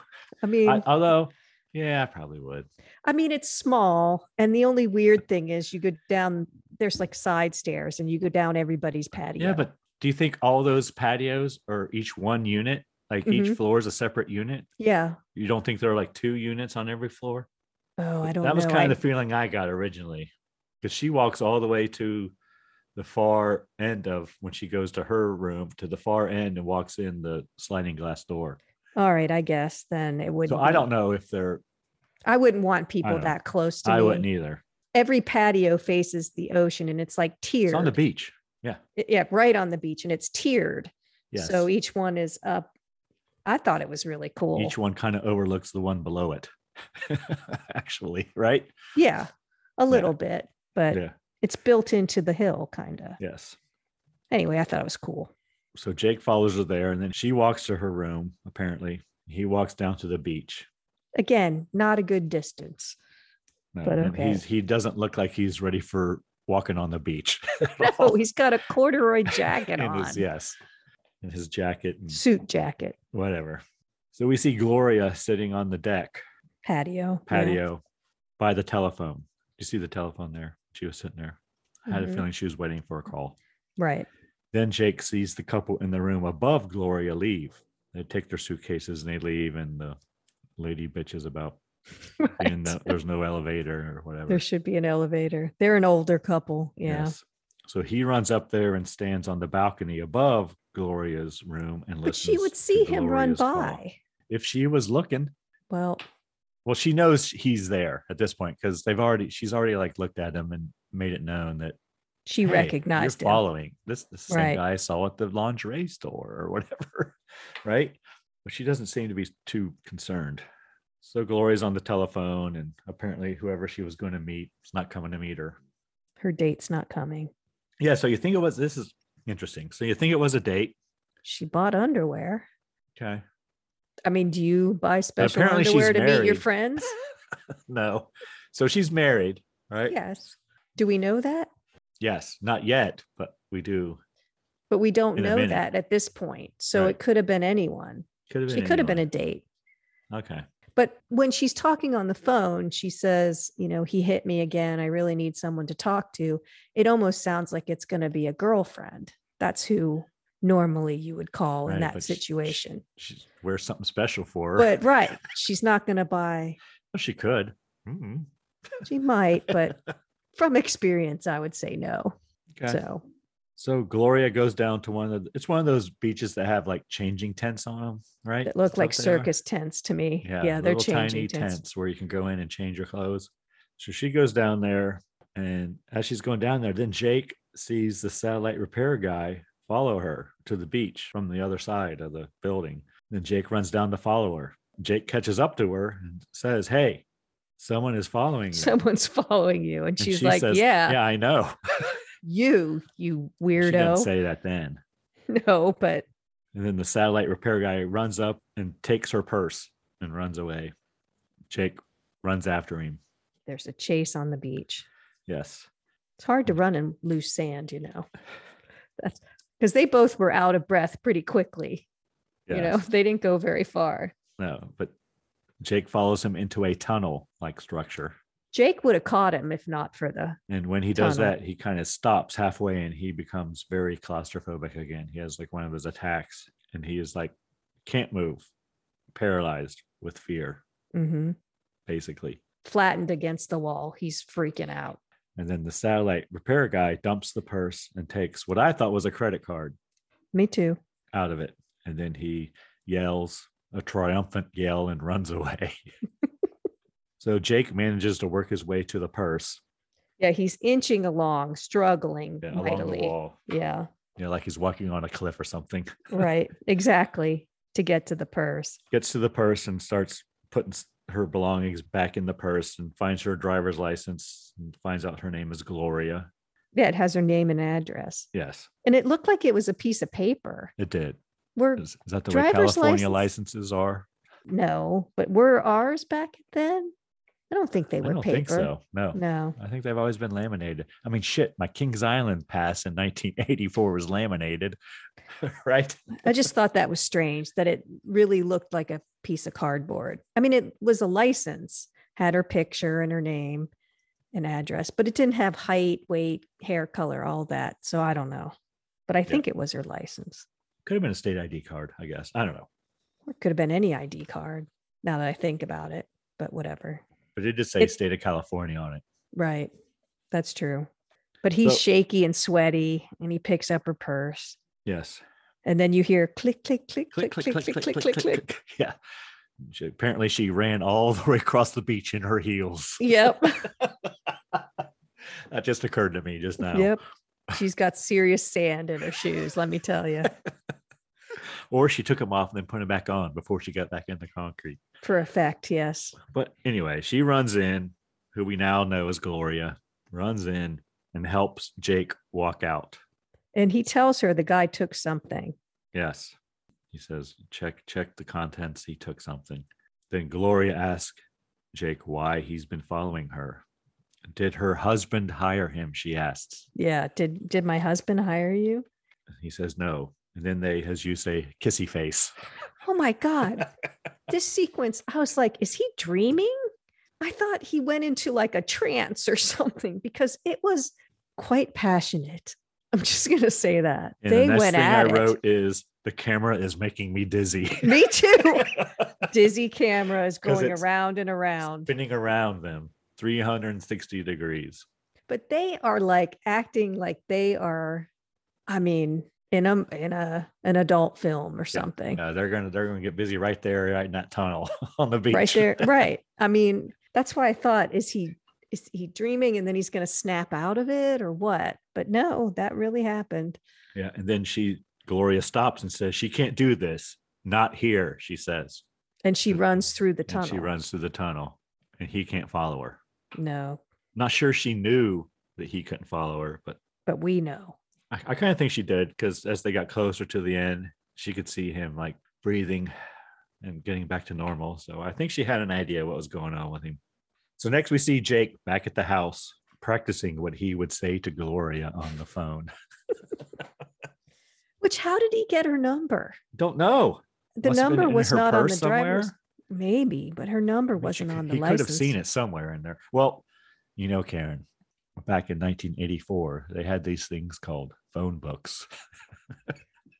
Speaker 1: I mean,
Speaker 3: I,
Speaker 1: I,
Speaker 3: although, yeah, I probably would.
Speaker 1: mean, it's small, and the only weird thing is you go down. There's like side stairs, and you go down everybody's patio.
Speaker 3: Yeah, but do you think all those patios are each one unit? Like
Speaker 1: Mm-hmm.
Speaker 3: each floor is a separate unit?
Speaker 1: yeah.
Speaker 3: You don't think there are like two units on every floor?
Speaker 1: Oh, I
Speaker 3: Th-
Speaker 1: don't.
Speaker 3: that was
Speaker 1: know.
Speaker 3: kind
Speaker 1: I-
Speaker 3: of the feeling I got originally because she walks all the way to the far end of when she goes to her room to the far end and walks in the sliding glass door.
Speaker 1: all right. I guess then it would.
Speaker 3: So I don't know if they're,
Speaker 1: I wouldn't want people
Speaker 3: don't know.
Speaker 1: that close to
Speaker 3: I
Speaker 1: me.
Speaker 3: wouldn't e-, either.
Speaker 1: Every patio faces the ocean, and it's like tiered.
Speaker 3: It's on the beach.
Speaker 1: I- yeah, right on the beach, and it's tiered.
Speaker 3: Yes.
Speaker 1: So each one is up. I thought it was really cool.
Speaker 3: each one kind of overlooks the one below it, actually, right?
Speaker 1: Yeah, a little bit, but
Speaker 3: yeah.
Speaker 1: it's built into the hill, kind of.
Speaker 3: Yes.
Speaker 1: Anyway, I thought it was cool.
Speaker 3: so Jake follows her there, and then she walks to her room. Apparently, he walks down to the beach.
Speaker 1: Again, not a good distance.
Speaker 3: No,
Speaker 1: But
Speaker 3: and
Speaker 1: okay.
Speaker 3: he's he doesn't look like he's ready for walking on the beach. at
Speaker 1: No,
Speaker 3: all.
Speaker 1: he's got a corduroy jacket
Speaker 3: In
Speaker 1: on,
Speaker 3: his- yes, in his jacket and
Speaker 1: suit jacket,
Speaker 3: whatever. So we see Gloria sitting on the deck
Speaker 1: patio. yeah.
Speaker 3: patio by the telephone. You see the telephone there? She was sitting there. I had a
Speaker 1: Mhm.
Speaker 3: feeling she was waiting for a call.
Speaker 1: Right.
Speaker 3: Then Jake sees the couple in the room above Gloria leave. They take their suitcases and they leave, and the lady bitches about being
Speaker 1: right.
Speaker 3: no, there's no elevator or whatever.
Speaker 1: there should be an elevator. They're an older couple. Yeah.
Speaker 3: So he runs up there and stands on the balcony above Gloria's room and
Speaker 1: But
Speaker 3: listens.
Speaker 1: she would
Speaker 3: to
Speaker 1: see him run
Speaker 3: Gloria's call.
Speaker 1: by.
Speaker 3: if she was looking.
Speaker 1: Well,
Speaker 3: Well, she knows he's there at this point because they've already she's already like looked at him and made it known that
Speaker 1: she
Speaker 3: "Hey, you're
Speaker 1: recognized him.
Speaker 3: following this the same
Speaker 1: Right.
Speaker 3: guy I saw at the lingerie store or whatever, right? But she doesn't seem to be too concerned. So Gloria's on the telephone, and apparently whoever she was going to meet is not coming to meet her.
Speaker 1: Her date's not coming.
Speaker 3: Yeah, so you think it was this is interesting. So you think it was a date?
Speaker 1: She bought underwear.
Speaker 3: Okay.
Speaker 1: I mean, do you buy special
Speaker 3: apparently she's
Speaker 1: underwear to meet your
Speaker 3: married.
Speaker 1: friends?
Speaker 3: No. So she's married, right?
Speaker 1: yes. Do we know that?
Speaker 3: Yes, not yet, but we do.
Speaker 1: But we don't
Speaker 3: In a
Speaker 1: know
Speaker 3: minute.
Speaker 1: that at this point. So
Speaker 3: Right.
Speaker 1: it could have been anyone.
Speaker 3: Could have
Speaker 1: She could have been a date.
Speaker 3: a okay.
Speaker 1: But when she's talking on the phone, she says, you know, he hit me again. I really need someone to talk to. It almost sounds like it's going to be a girlfriend. That's who normally you would call
Speaker 3: Right,
Speaker 1: in that
Speaker 3: but sh- sh-
Speaker 1: situation.
Speaker 3: She wears something special for her.
Speaker 1: But right, she's not going to buy.
Speaker 3: Well, she could. Mhm.
Speaker 1: She might, but from experience, I would say no.
Speaker 3: Okay.
Speaker 1: So
Speaker 3: So Gloria goes down to one of the, it's one of those beaches that have like changing tents on them, right?
Speaker 1: that look
Speaker 3: That's
Speaker 1: like
Speaker 3: what they are.
Speaker 1: circus tents to me. Yeah,
Speaker 3: Yeah,
Speaker 1: they're
Speaker 3: little
Speaker 1: changing
Speaker 3: tiny
Speaker 1: tents.
Speaker 3: tents where you can go in and change your clothes. So she goes down there, and as she's going down there, then Jake sees the satellite repair guy follow her to the beach from the other side of the building. Then Jake runs down to follow her. Jake catches up to her and says, "Hey, someone is following you."
Speaker 1: Someone's following you, and
Speaker 3: And
Speaker 1: she's
Speaker 3: she
Speaker 1: like,
Speaker 3: says,
Speaker 1: yeah,
Speaker 3: yeah, I know."
Speaker 1: you, you
Speaker 3: She didn't
Speaker 1: weirdo."
Speaker 3: say that then.
Speaker 1: No, but
Speaker 3: And then the satellite repair guy runs up and takes her purse and runs away. Jake runs after him.
Speaker 1: there's a chase on the beach.
Speaker 3: Yes.
Speaker 1: It's hard to run in loose sand, you know. That's because they both were out of breath pretty quickly. You know,
Speaker 3: yes.
Speaker 1: they didn't go very far.
Speaker 3: No, but Jake follows him into a tunnel like structure.
Speaker 1: Jake would have caught him if not for the
Speaker 3: And when he does
Speaker 1: Tunnel.
Speaker 3: that, he kind of stops halfway and he becomes very claustrophobic again. He has like one of his attacks and he is like, can't move, paralyzed with fear, Mm-hmm.
Speaker 1: mhm,
Speaker 3: basically.
Speaker 1: flattened against the wall. He's freaking out.
Speaker 3: And then the satellite repair guy dumps the purse and takes what I thought was a credit card
Speaker 1: Me too.
Speaker 3: out of it. And then he yells a triumphant yell and runs away. so Jake manages to work his way to the purse
Speaker 1: Yeah, he's inching along, struggling
Speaker 3: yeah, along the
Speaker 1: mightily.
Speaker 3: wall.
Speaker 1: Yeah,
Speaker 3: You know, like he's walking on a cliff or something.
Speaker 1: right. exactly. To get to the purse.
Speaker 3: Gets to the purse and starts putting s- her belongings back in the purse and finds her driver's license and finds out her name is Gloria.
Speaker 1: Yeah, it has her name and address.
Speaker 3: Yes,
Speaker 1: And it looked like it was a piece of paper.
Speaker 3: it did.
Speaker 1: We're
Speaker 3: Is, is that the way
Speaker 1: Driver's
Speaker 3: California
Speaker 1: license?
Speaker 3: licenses are?
Speaker 1: no, but were ours back then? I don't think they
Speaker 3: I
Speaker 1: were
Speaker 3: don't
Speaker 1: paper.
Speaker 3: think so. No.
Speaker 1: No.
Speaker 3: I think they've always been laminated. I mean, shit, my Kings Island pass in 1984 was laminated, right?
Speaker 1: I just thought that was strange that it really looked like a piece of cardboard. I mean, it was a license, had her picture and her name and address, but it didn't have height, weight, hair color, all that. So I don't know. But I think it was her license.
Speaker 3: Could have been a state ID card, I guess. I don't know.
Speaker 1: Or it could have been any ID card now that I think about it, but whatever.
Speaker 3: But it did say
Speaker 1: It-
Speaker 3: state of California on it.
Speaker 1: Right. That's true. But he's
Speaker 3: So-
Speaker 1: shaky and sweaty and he picks up her purse.
Speaker 3: Yes.
Speaker 1: And then you hear click, click, click,
Speaker 3: click, click, click, click, click, click, click.
Speaker 1: click.
Speaker 3: Yeah. She, apparently, she ran all the way across the beach in her heels.
Speaker 1: Yep.
Speaker 3: that just occurred to me just now.
Speaker 1: Yep. She's got serious sand in her shoes, let me tell you,
Speaker 3: Or she took them off and then put them back on before she got back in the concrete.
Speaker 1: for effect. Yes.
Speaker 3: But anyway, she runs in, who we now know is Gloria, runs in and helps Jake walk out.
Speaker 1: And he tells her the guy took something.
Speaker 3: Yes. He says, check, check the contents. He took something. Then Gloria asks Jake why he's been following her. Did her husband hire him? She asks.
Speaker 1: Yeah. Did did my husband hire you?
Speaker 3: He says no. And then they, as you say, kissy face.
Speaker 1: Oh my God. this sequence, I was like, is he dreaming? I thought he went into like a trance or something because it was quite passionate. I'm just gonna say that.
Speaker 3: And
Speaker 1: they
Speaker 3: the next
Speaker 1: went
Speaker 3: thing
Speaker 1: at
Speaker 3: I wrote is the camera is making me
Speaker 1: it.
Speaker 3: dizzy.
Speaker 1: Me too. Dizzy camera is
Speaker 3: 'Cause
Speaker 1: going
Speaker 3: it's-
Speaker 1: around and around.
Speaker 3: Spinning around them 360 degrees.
Speaker 1: but they are like acting like they are i mean in a in a an adult film or something
Speaker 3: Uh, they're gonna they're gonna get busy right there, right in that tunnel on the beach.
Speaker 1: right there right i mean that's why i thought is he is he dreaming and then he's going to snap out of it or what but no that really happened
Speaker 3: Yeah, and then she Gloria stops and says she can't do this. Not here, she says.
Speaker 1: and she
Speaker 3: Mm.
Speaker 1: runs through the tunnel
Speaker 3: And she runs through the tunnel, and he can't follow her.
Speaker 1: no
Speaker 3: Not sure she knew that he couldn't follow her, but
Speaker 1: but we know
Speaker 3: I, I kind of think she did because as they got closer to the end, she could see him like breathing and getting back to normal. So I think she had an idea what was going on with him. So next we see Jake back at the house practicing what he would say to Gloria on the phone.
Speaker 1: which how did he get her number
Speaker 3: Don't know.
Speaker 1: the
Speaker 3: Must have been
Speaker 1: number
Speaker 3: in
Speaker 1: was
Speaker 3: her
Speaker 1: not on the
Speaker 3: purse somewhere.
Speaker 1: driver's maybe but her number wasn't on the
Speaker 3: he
Speaker 1: license
Speaker 3: could have seen it somewhere in there. Well, you know, Karen, back in 1984, they had these things called phone books,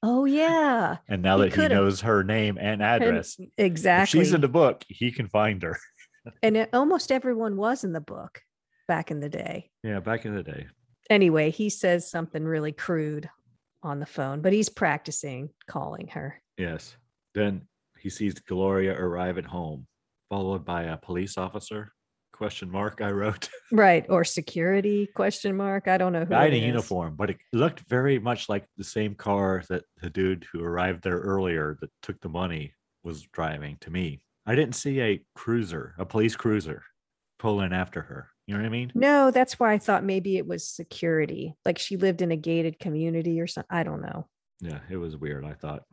Speaker 1: oh yeah
Speaker 3: and now
Speaker 1: He
Speaker 3: that he
Speaker 1: could have.
Speaker 3: knows her name and address, if
Speaker 1: exactly
Speaker 3: she's in the book. He can find her.
Speaker 1: and it, almost everyone was in the book back in the day
Speaker 3: Yeah, back in the day.
Speaker 1: anyway, he says something really crude on the phone, but he's practicing calling her.
Speaker 3: Yes. Then he sees Gloria arrive at home, followed by a police officer. Question mark. I wrote
Speaker 1: Right. Or security question mark. I don't know who
Speaker 3: guy
Speaker 1: it
Speaker 3: in a
Speaker 1: is.
Speaker 3: uniform, but it looked very much like the same car that the dude who arrived there earlier that took the money was driving. To me, I didn't see a cruiser, a police cruiser, pull in after her. You know what I mean?
Speaker 1: No, that's why I thought maybe it was security. Like she lived in a gated community or something. I don't know.
Speaker 3: Yeah, it was weird, I thought.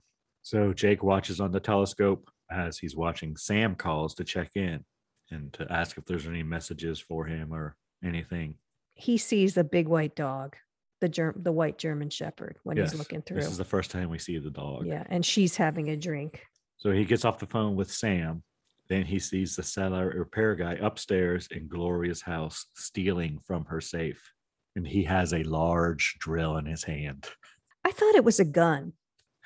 Speaker 3: So Jake watches on the telescope as he's watching Sam calls to check in and to ask if there's any messages for him or anything.
Speaker 1: He sees the big white dog, the germ the white German shepherd when
Speaker 3: Yes,
Speaker 1: he's looking through.
Speaker 3: This is the first time we see the dog.
Speaker 1: yeah. And she's having a drink.
Speaker 3: So he gets off the phone with Sam. Then he sees the cellar repair guy upstairs in Gloria's house stealing from her safe. And he has a large drill in his hand.
Speaker 1: I thought it was a gun.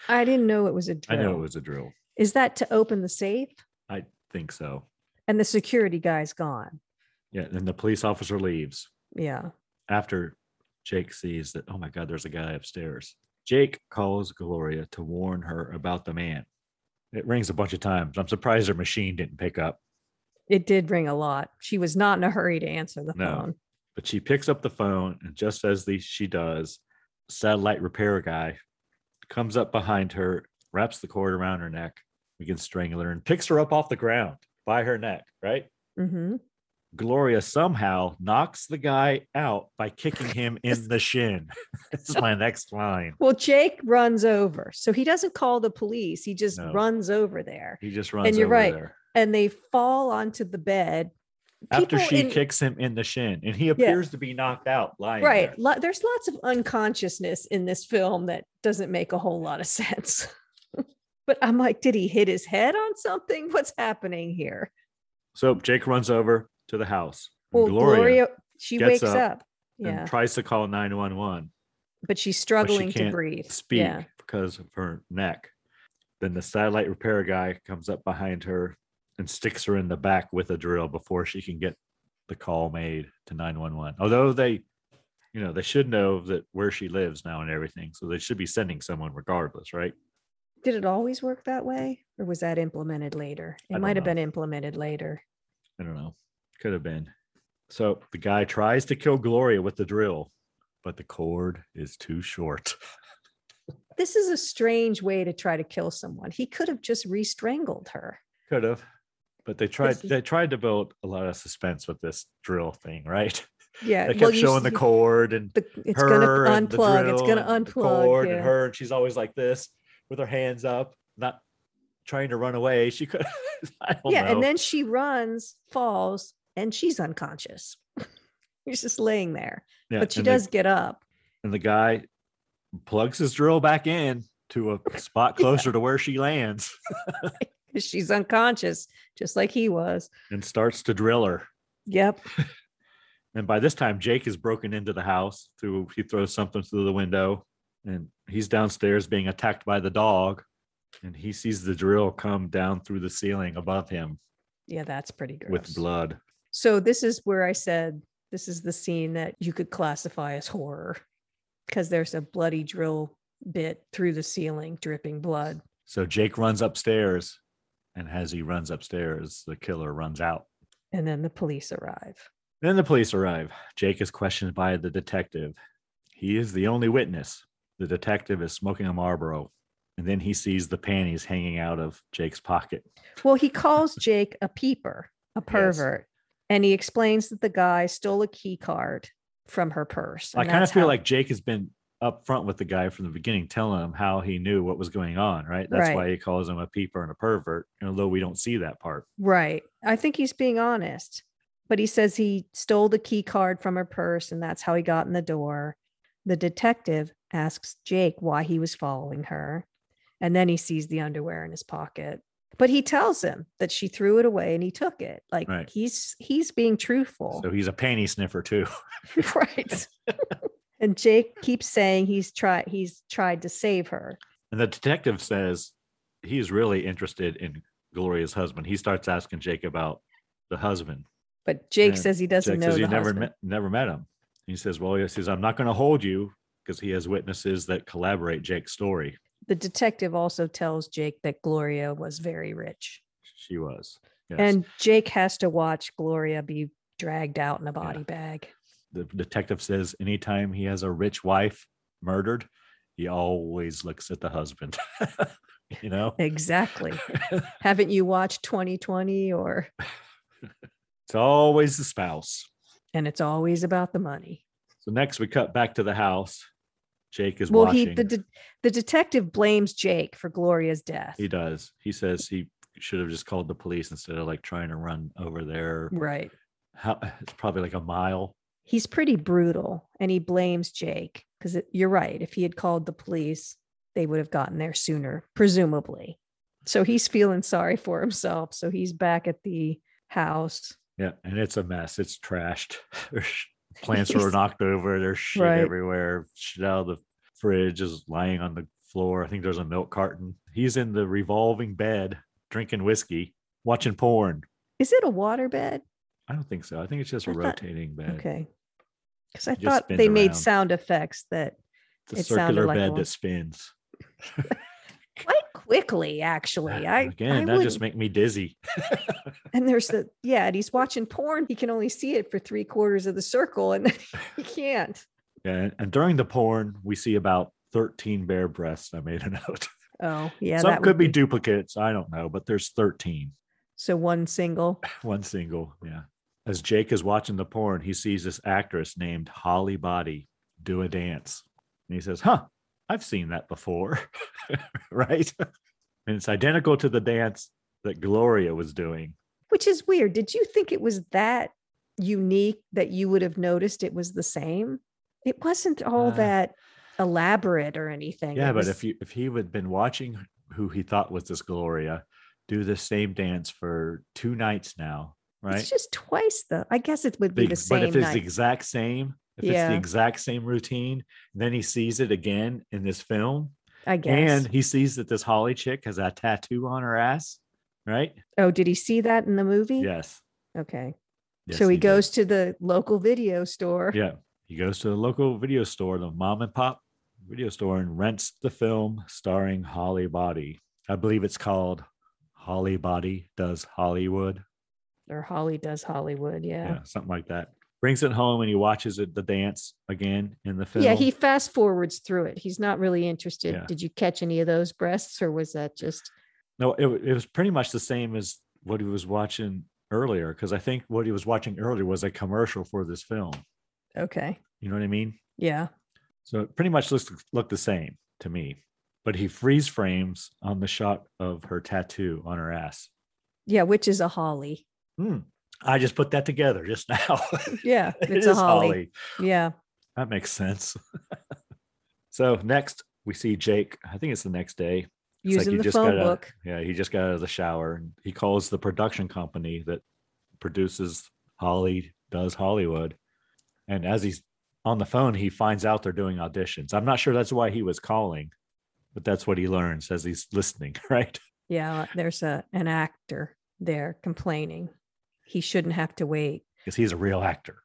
Speaker 1: I didn't know it was a
Speaker 3: I
Speaker 1: drill.
Speaker 3: know it was a drill.
Speaker 1: Is that to open the safe?
Speaker 3: I think so.
Speaker 1: And the security guy's gone.
Speaker 3: Yeah. And the police officer leaves.
Speaker 1: Yeah.
Speaker 3: after Jake sees that, oh my God, there's a guy upstairs. Jake calls Gloria to warn her about the man. It rings a bunch of times. I'm surprised her machine didn't pick up,
Speaker 1: It did ring a lot. She was not in a hurry to answer the
Speaker 3: No.
Speaker 1: phone.
Speaker 3: but she picks up the phone. And just as the, she does, satellite repair guy comes up behind her, wraps the cord around her neck, begins strangling her, and picks her up off the ground by her neck, right?
Speaker 1: hmm
Speaker 3: Gloria somehow knocks the guy out by kicking him in the shin. this is my next line.
Speaker 1: Well, Jake runs over. So he doesn't call the police. He just
Speaker 3: No.
Speaker 1: runs over there
Speaker 3: He just runs
Speaker 1: you're
Speaker 3: over
Speaker 1: right.
Speaker 3: there.
Speaker 1: and they fall onto the bed.
Speaker 3: after
Speaker 1: People
Speaker 3: she
Speaker 1: in-
Speaker 3: kicks him in the shin and he appears to be knocked out lying
Speaker 1: Right.
Speaker 3: there.
Speaker 1: Lo- there's lots of unconsciousness in this film that doesn't make a whole lot of sense. but I'm like, did he hit his head on something? What's happening here?
Speaker 3: so jake runs over to the house and
Speaker 1: Well, Gloria,
Speaker 3: gloria,
Speaker 1: she
Speaker 3: gets
Speaker 1: wakes
Speaker 3: up
Speaker 1: up. Yeah.
Speaker 3: and tries to call 911
Speaker 1: but she's struggling to
Speaker 3: can't
Speaker 1: breathe.
Speaker 3: speak
Speaker 1: Yeah.
Speaker 3: because of her neck then the satellite repair guy comes up behind her and sticks her in the back with a drill before she can get the call made to 911 although they you know they should know that where she lives now and everything so they should be sending someone regardless right
Speaker 1: Did it always work that way? Or was that implemented later?
Speaker 3: I
Speaker 1: It
Speaker 3: don't
Speaker 1: might have
Speaker 3: know.
Speaker 1: been implemented later.
Speaker 3: I don't know. Could have been. So the guy tries to kill Gloria with the drill, but the cord is too short.
Speaker 1: This is a strange way to try to kill someone. He could have just re-strangled her.
Speaker 3: Could have. But they tried
Speaker 1: This is-
Speaker 3: they tried to build a lot of suspense with this drill thing, right?
Speaker 1: Yeah.
Speaker 3: They kept
Speaker 1: well, you
Speaker 3: showing
Speaker 1: s-
Speaker 3: the
Speaker 1: you-
Speaker 3: cord and
Speaker 1: the- it's
Speaker 3: her
Speaker 1: gonna
Speaker 3: and the
Speaker 1: unplug. It's
Speaker 3: drill
Speaker 1: gonna
Speaker 3: and the
Speaker 1: unplug.
Speaker 3: cord
Speaker 1: Yeah.
Speaker 3: and her and she's always like this with her hands up, not trying to run away. She could I don't
Speaker 1: yeah
Speaker 3: know.
Speaker 1: and then she runs, falls, and she's unconscious. She's just laying there.
Speaker 3: Yeah,
Speaker 1: but she
Speaker 3: and the-
Speaker 1: does get up.
Speaker 3: and the guy plugs his drill back in to a spot closer to where she lands.
Speaker 1: 'cause She's unconscious, just like he was.
Speaker 3: and starts to drill her.
Speaker 1: Yep.
Speaker 3: And by this time, Jake is broken into the house through he throws something through the window and he's downstairs being attacked by the dog. And he sees the drill come down through the ceiling above him
Speaker 1: Yeah, that's pretty gross.
Speaker 3: with blood.
Speaker 1: So this is where I said this is the scene that you could classify as horror because there's a bloody drill bit through the ceiling dripping blood.
Speaker 3: So Jake runs upstairs. And as he runs upstairs, the killer runs out.
Speaker 1: And then the police arrive.
Speaker 3: Then the police arrive. Jake is questioned by the detective. He is the only witness. The detective is smoking a Marlboro. And then he sees the panties hanging out of Jake's pocket.
Speaker 1: Well, he calls Jake a peeper, a pervert, and he explains that the guy stole a key card from her purse.
Speaker 3: I
Speaker 1: and
Speaker 3: kind of
Speaker 1: that's
Speaker 3: feel
Speaker 1: how-
Speaker 3: like Jake has been upfront with the guy from the beginning, telling him how he knew what was going on, right? That's
Speaker 1: Right.
Speaker 3: why he calls him a peeper and a pervert, although we don't see that part.
Speaker 1: Right. I think he's being honest, but he says he stole the key card from her purse and that's how he got in the door. The detective asks Jake why he was following her, and then he sees the underwear in his pocket. But he tells him that she threw it away and he took it. Like
Speaker 3: Right.
Speaker 1: he's he's being truthful.
Speaker 3: So he's a panty sniffer too.
Speaker 1: right. and Jake keeps saying he's tried he's tried to save her.
Speaker 3: And the detective says he's really interested in Gloria's husband. He starts asking Jake about the husband.
Speaker 1: But Jake
Speaker 3: Yeah.
Speaker 1: says he doesn't
Speaker 3: Jake
Speaker 1: know
Speaker 3: says he
Speaker 1: the
Speaker 3: never
Speaker 1: husband.
Speaker 3: met, never met him. He says, Well, he says, I'm not going to hold you because he has witnesses that collaborate Jake's story.
Speaker 1: The detective also tells Jake that Gloria was very rich.
Speaker 3: She was. Yes.
Speaker 1: And Jake has to watch Gloria be dragged out in a body
Speaker 3: Yeah.
Speaker 1: bag.
Speaker 3: the detective says anytime he has a rich wife murdered, he always looks at the husband. you know?
Speaker 1: Exactly. Haven't you watched 2020 or
Speaker 3: It's always the spouse.
Speaker 1: and it's always about the money.
Speaker 3: So next we cut back to the house. Jake is
Speaker 1: Well,
Speaker 3: washing.
Speaker 1: he the de- the detective blames Jake for Gloria's death.
Speaker 3: he does. He says he should have just called the police instead of like trying to run over there.
Speaker 1: Right.
Speaker 3: How, it's probably like a mile.
Speaker 1: He's pretty brutal and he blames Jake cuz you're right. If he had called the police, they would have gotten there sooner, presumably. So he's feeling sorry for himself. So he's back at the house.
Speaker 3: Yeah. And it's a mess. It's trashed. There's plants were
Speaker 1: Yes.
Speaker 3: knocked over. There's shit
Speaker 1: Right.
Speaker 3: everywhere. Shit out of the fridge is lying on the floor. I think there's a milk carton. He's in the revolving bed drinking whiskey, watching porn.
Speaker 1: Is it a waterbed?
Speaker 3: I don't think so. I think it's just a
Speaker 1: I thought-
Speaker 3: rotating bed.
Speaker 1: Okay. Cuz I
Speaker 3: It just
Speaker 1: thought
Speaker 3: spins
Speaker 1: they made
Speaker 3: around.
Speaker 1: sound effects that
Speaker 3: It's a
Speaker 1: It sounded
Speaker 3: circular
Speaker 1: like
Speaker 3: bed
Speaker 2: one.
Speaker 3: that spins.
Speaker 1: quite quickly actually. I
Speaker 3: Again,
Speaker 1: I
Speaker 3: that
Speaker 1: wouldn't-
Speaker 3: just make me dizzy.
Speaker 1: And there's the yeah, and he's watching porn. He can only see it for three quarters of the circle, and he can't.
Speaker 3: And, and during the porn, we see about 13 bare breasts. I made a note.
Speaker 1: Oh yeah,
Speaker 3: Some
Speaker 1: that
Speaker 3: could
Speaker 1: would
Speaker 3: be duplicates. I don't know, but there's 13.
Speaker 1: so one single.
Speaker 3: One single, yeah. As Jake is watching the porn, he sees this actress named Holly Body do a dance. And he says, Huh, I've seen that before. right? And it's identical to the dance that Gloria was doing.
Speaker 1: Which is weird. Did you think it was that unique that you would have noticed it was the same? It wasn't all
Speaker 3: Uh,
Speaker 1: that elaborate or anything.
Speaker 3: Yeah,
Speaker 1: It
Speaker 3: but
Speaker 1: was-
Speaker 3: if you if he had been watching who he thought was this Gloria do the same dance for two nights now, right?
Speaker 1: it's just twice the. I guess it would
Speaker 3: the
Speaker 1: be the
Speaker 3: ex- but
Speaker 1: same
Speaker 3: if it's
Speaker 1: night.
Speaker 3: the exact same, if it's
Speaker 1: Yeah.
Speaker 3: the exact same routine, then he sees it again in this film.
Speaker 1: I guess.
Speaker 3: And he sees that this Holly chick has a tattoo on her ass, right?
Speaker 1: oh, did he see that in the movie?
Speaker 3: Yes.
Speaker 1: Okay.
Speaker 3: Yes,
Speaker 1: Mm-hmm. so he, goes
Speaker 3: does.
Speaker 1: to the local video store.
Speaker 3: Yeah. He goes to the local video store, the mom and pop video store, and rents the film starring Holly Body. I believe it's called Holly Body Does Hollywood.
Speaker 1: Or Holly does Hollywood.
Speaker 3: Yeah.
Speaker 1: Yeah.
Speaker 3: something like that. Brings it home and he watches it, the dance again in the film.
Speaker 1: Yeah, he fast forwards through it. He's not really interested.
Speaker 3: Yeah.
Speaker 1: Did you catch any of those breasts or was that just
Speaker 3: No, it, wa- it was pretty much the same as what he was watching earlier, because I think what he was watching earlier was a commercial for this film.
Speaker 1: okay?
Speaker 3: You know what I mean?
Speaker 1: Yeah.
Speaker 3: So it pretty much looks looked the same to me. But he freeze frames on the shot of her tattoo on her ass.
Speaker 1: Yeah, which is a Holly.
Speaker 3: Hmm. I just put that together just now.
Speaker 1: Yeah,
Speaker 3: It
Speaker 1: it's
Speaker 3: is
Speaker 1: a Holly. Yeah.
Speaker 3: That makes sense. so next we see Jake. I think it's the next day. It's like
Speaker 1: Using
Speaker 3: he
Speaker 1: the
Speaker 3: just
Speaker 1: phone
Speaker 3: got out-
Speaker 1: book.
Speaker 3: yeah, he just got out of the shower and he calls the production company that produces Holly Does Hollywood. And as he's on the phone, he finds out they're doing auditions. I'm not sure that's why he was calling, but that's what he learns as he's listening, right?
Speaker 1: Yeah, there's a an actor there complaining. He shouldn't have to wait.
Speaker 3: Because he's a real actor,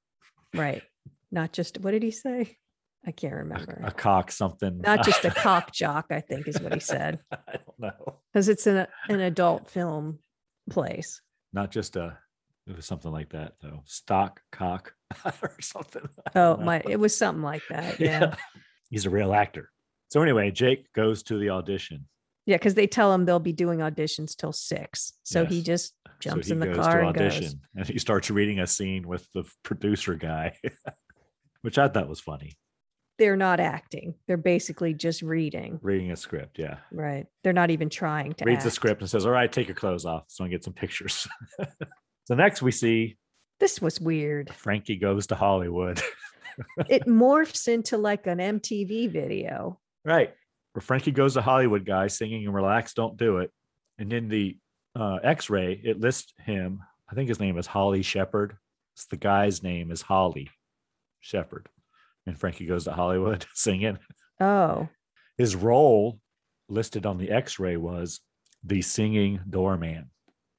Speaker 1: Right. Not just what did he say? I can't
Speaker 3: a,
Speaker 1: remember.
Speaker 3: a cock something.
Speaker 1: not just a cock jock, I think is what he said.
Speaker 3: I don't know.
Speaker 1: Because it's an an adult film place.
Speaker 3: Not just a. It was something like that though. Stock cock or something. I
Speaker 1: Oh,
Speaker 3: don't know.
Speaker 1: my it was something like that. Yeah.
Speaker 3: He's a real actor. So anyway, Jake goes to the audition.
Speaker 1: Yeah, because they tell him theyll be doing auditions till six. So he
Speaker 3: Yes.
Speaker 1: just jumps
Speaker 3: so he
Speaker 1: in the
Speaker 3: goes
Speaker 1: car and
Speaker 3: to audition
Speaker 1: goes.
Speaker 3: and he starts reading a scene with the producer guy, which I thought was funny.
Speaker 1: They're not acting. They're basically just reading.
Speaker 3: Reading a script, yeah.
Speaker 1: Right. They're not even trying to
Speaker 3: Reads the
Speaker 1: act.
Speaker 3: script and says, All right, take your clothes off. So I get some pictures. so next we see
Speaker 1: This was weird.
Speaker 3: Frankie goes to Hollywood.
Speaker 1: it morphs into like an MTV video.
Speaker 3: right. Where Frankie goes to Hollywood guy singing and relax, don't do it. And in the uh, x ray, it lists him. I think his name is Holly Shepherd. It's the guy's name is Holly Shepherd. And Frankie goes to Hollywood singing.
Speaker 1: Oh,
Speaker 3: His role listed on the x ray was the singing doorman.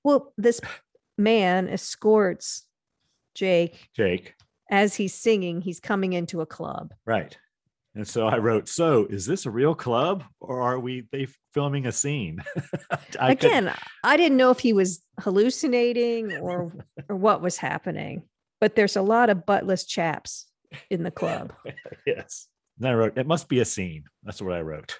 Speaker 1: well, this man escorts Jake
Speaker 3: Jake,
Speaker 1: as he's singing, he's coming into a club.
Speaker 3: Right. And so I wrote, so is this a real club or are we they f- filming a scene? I couldn't-
Speaker 1: Again, I didn't know if he was hallucinating or or what was happening. But there's a lot of buttless chaps in the club.
Speaker 3: yes. Then I wrote, it must be a scene. That's what I wrote.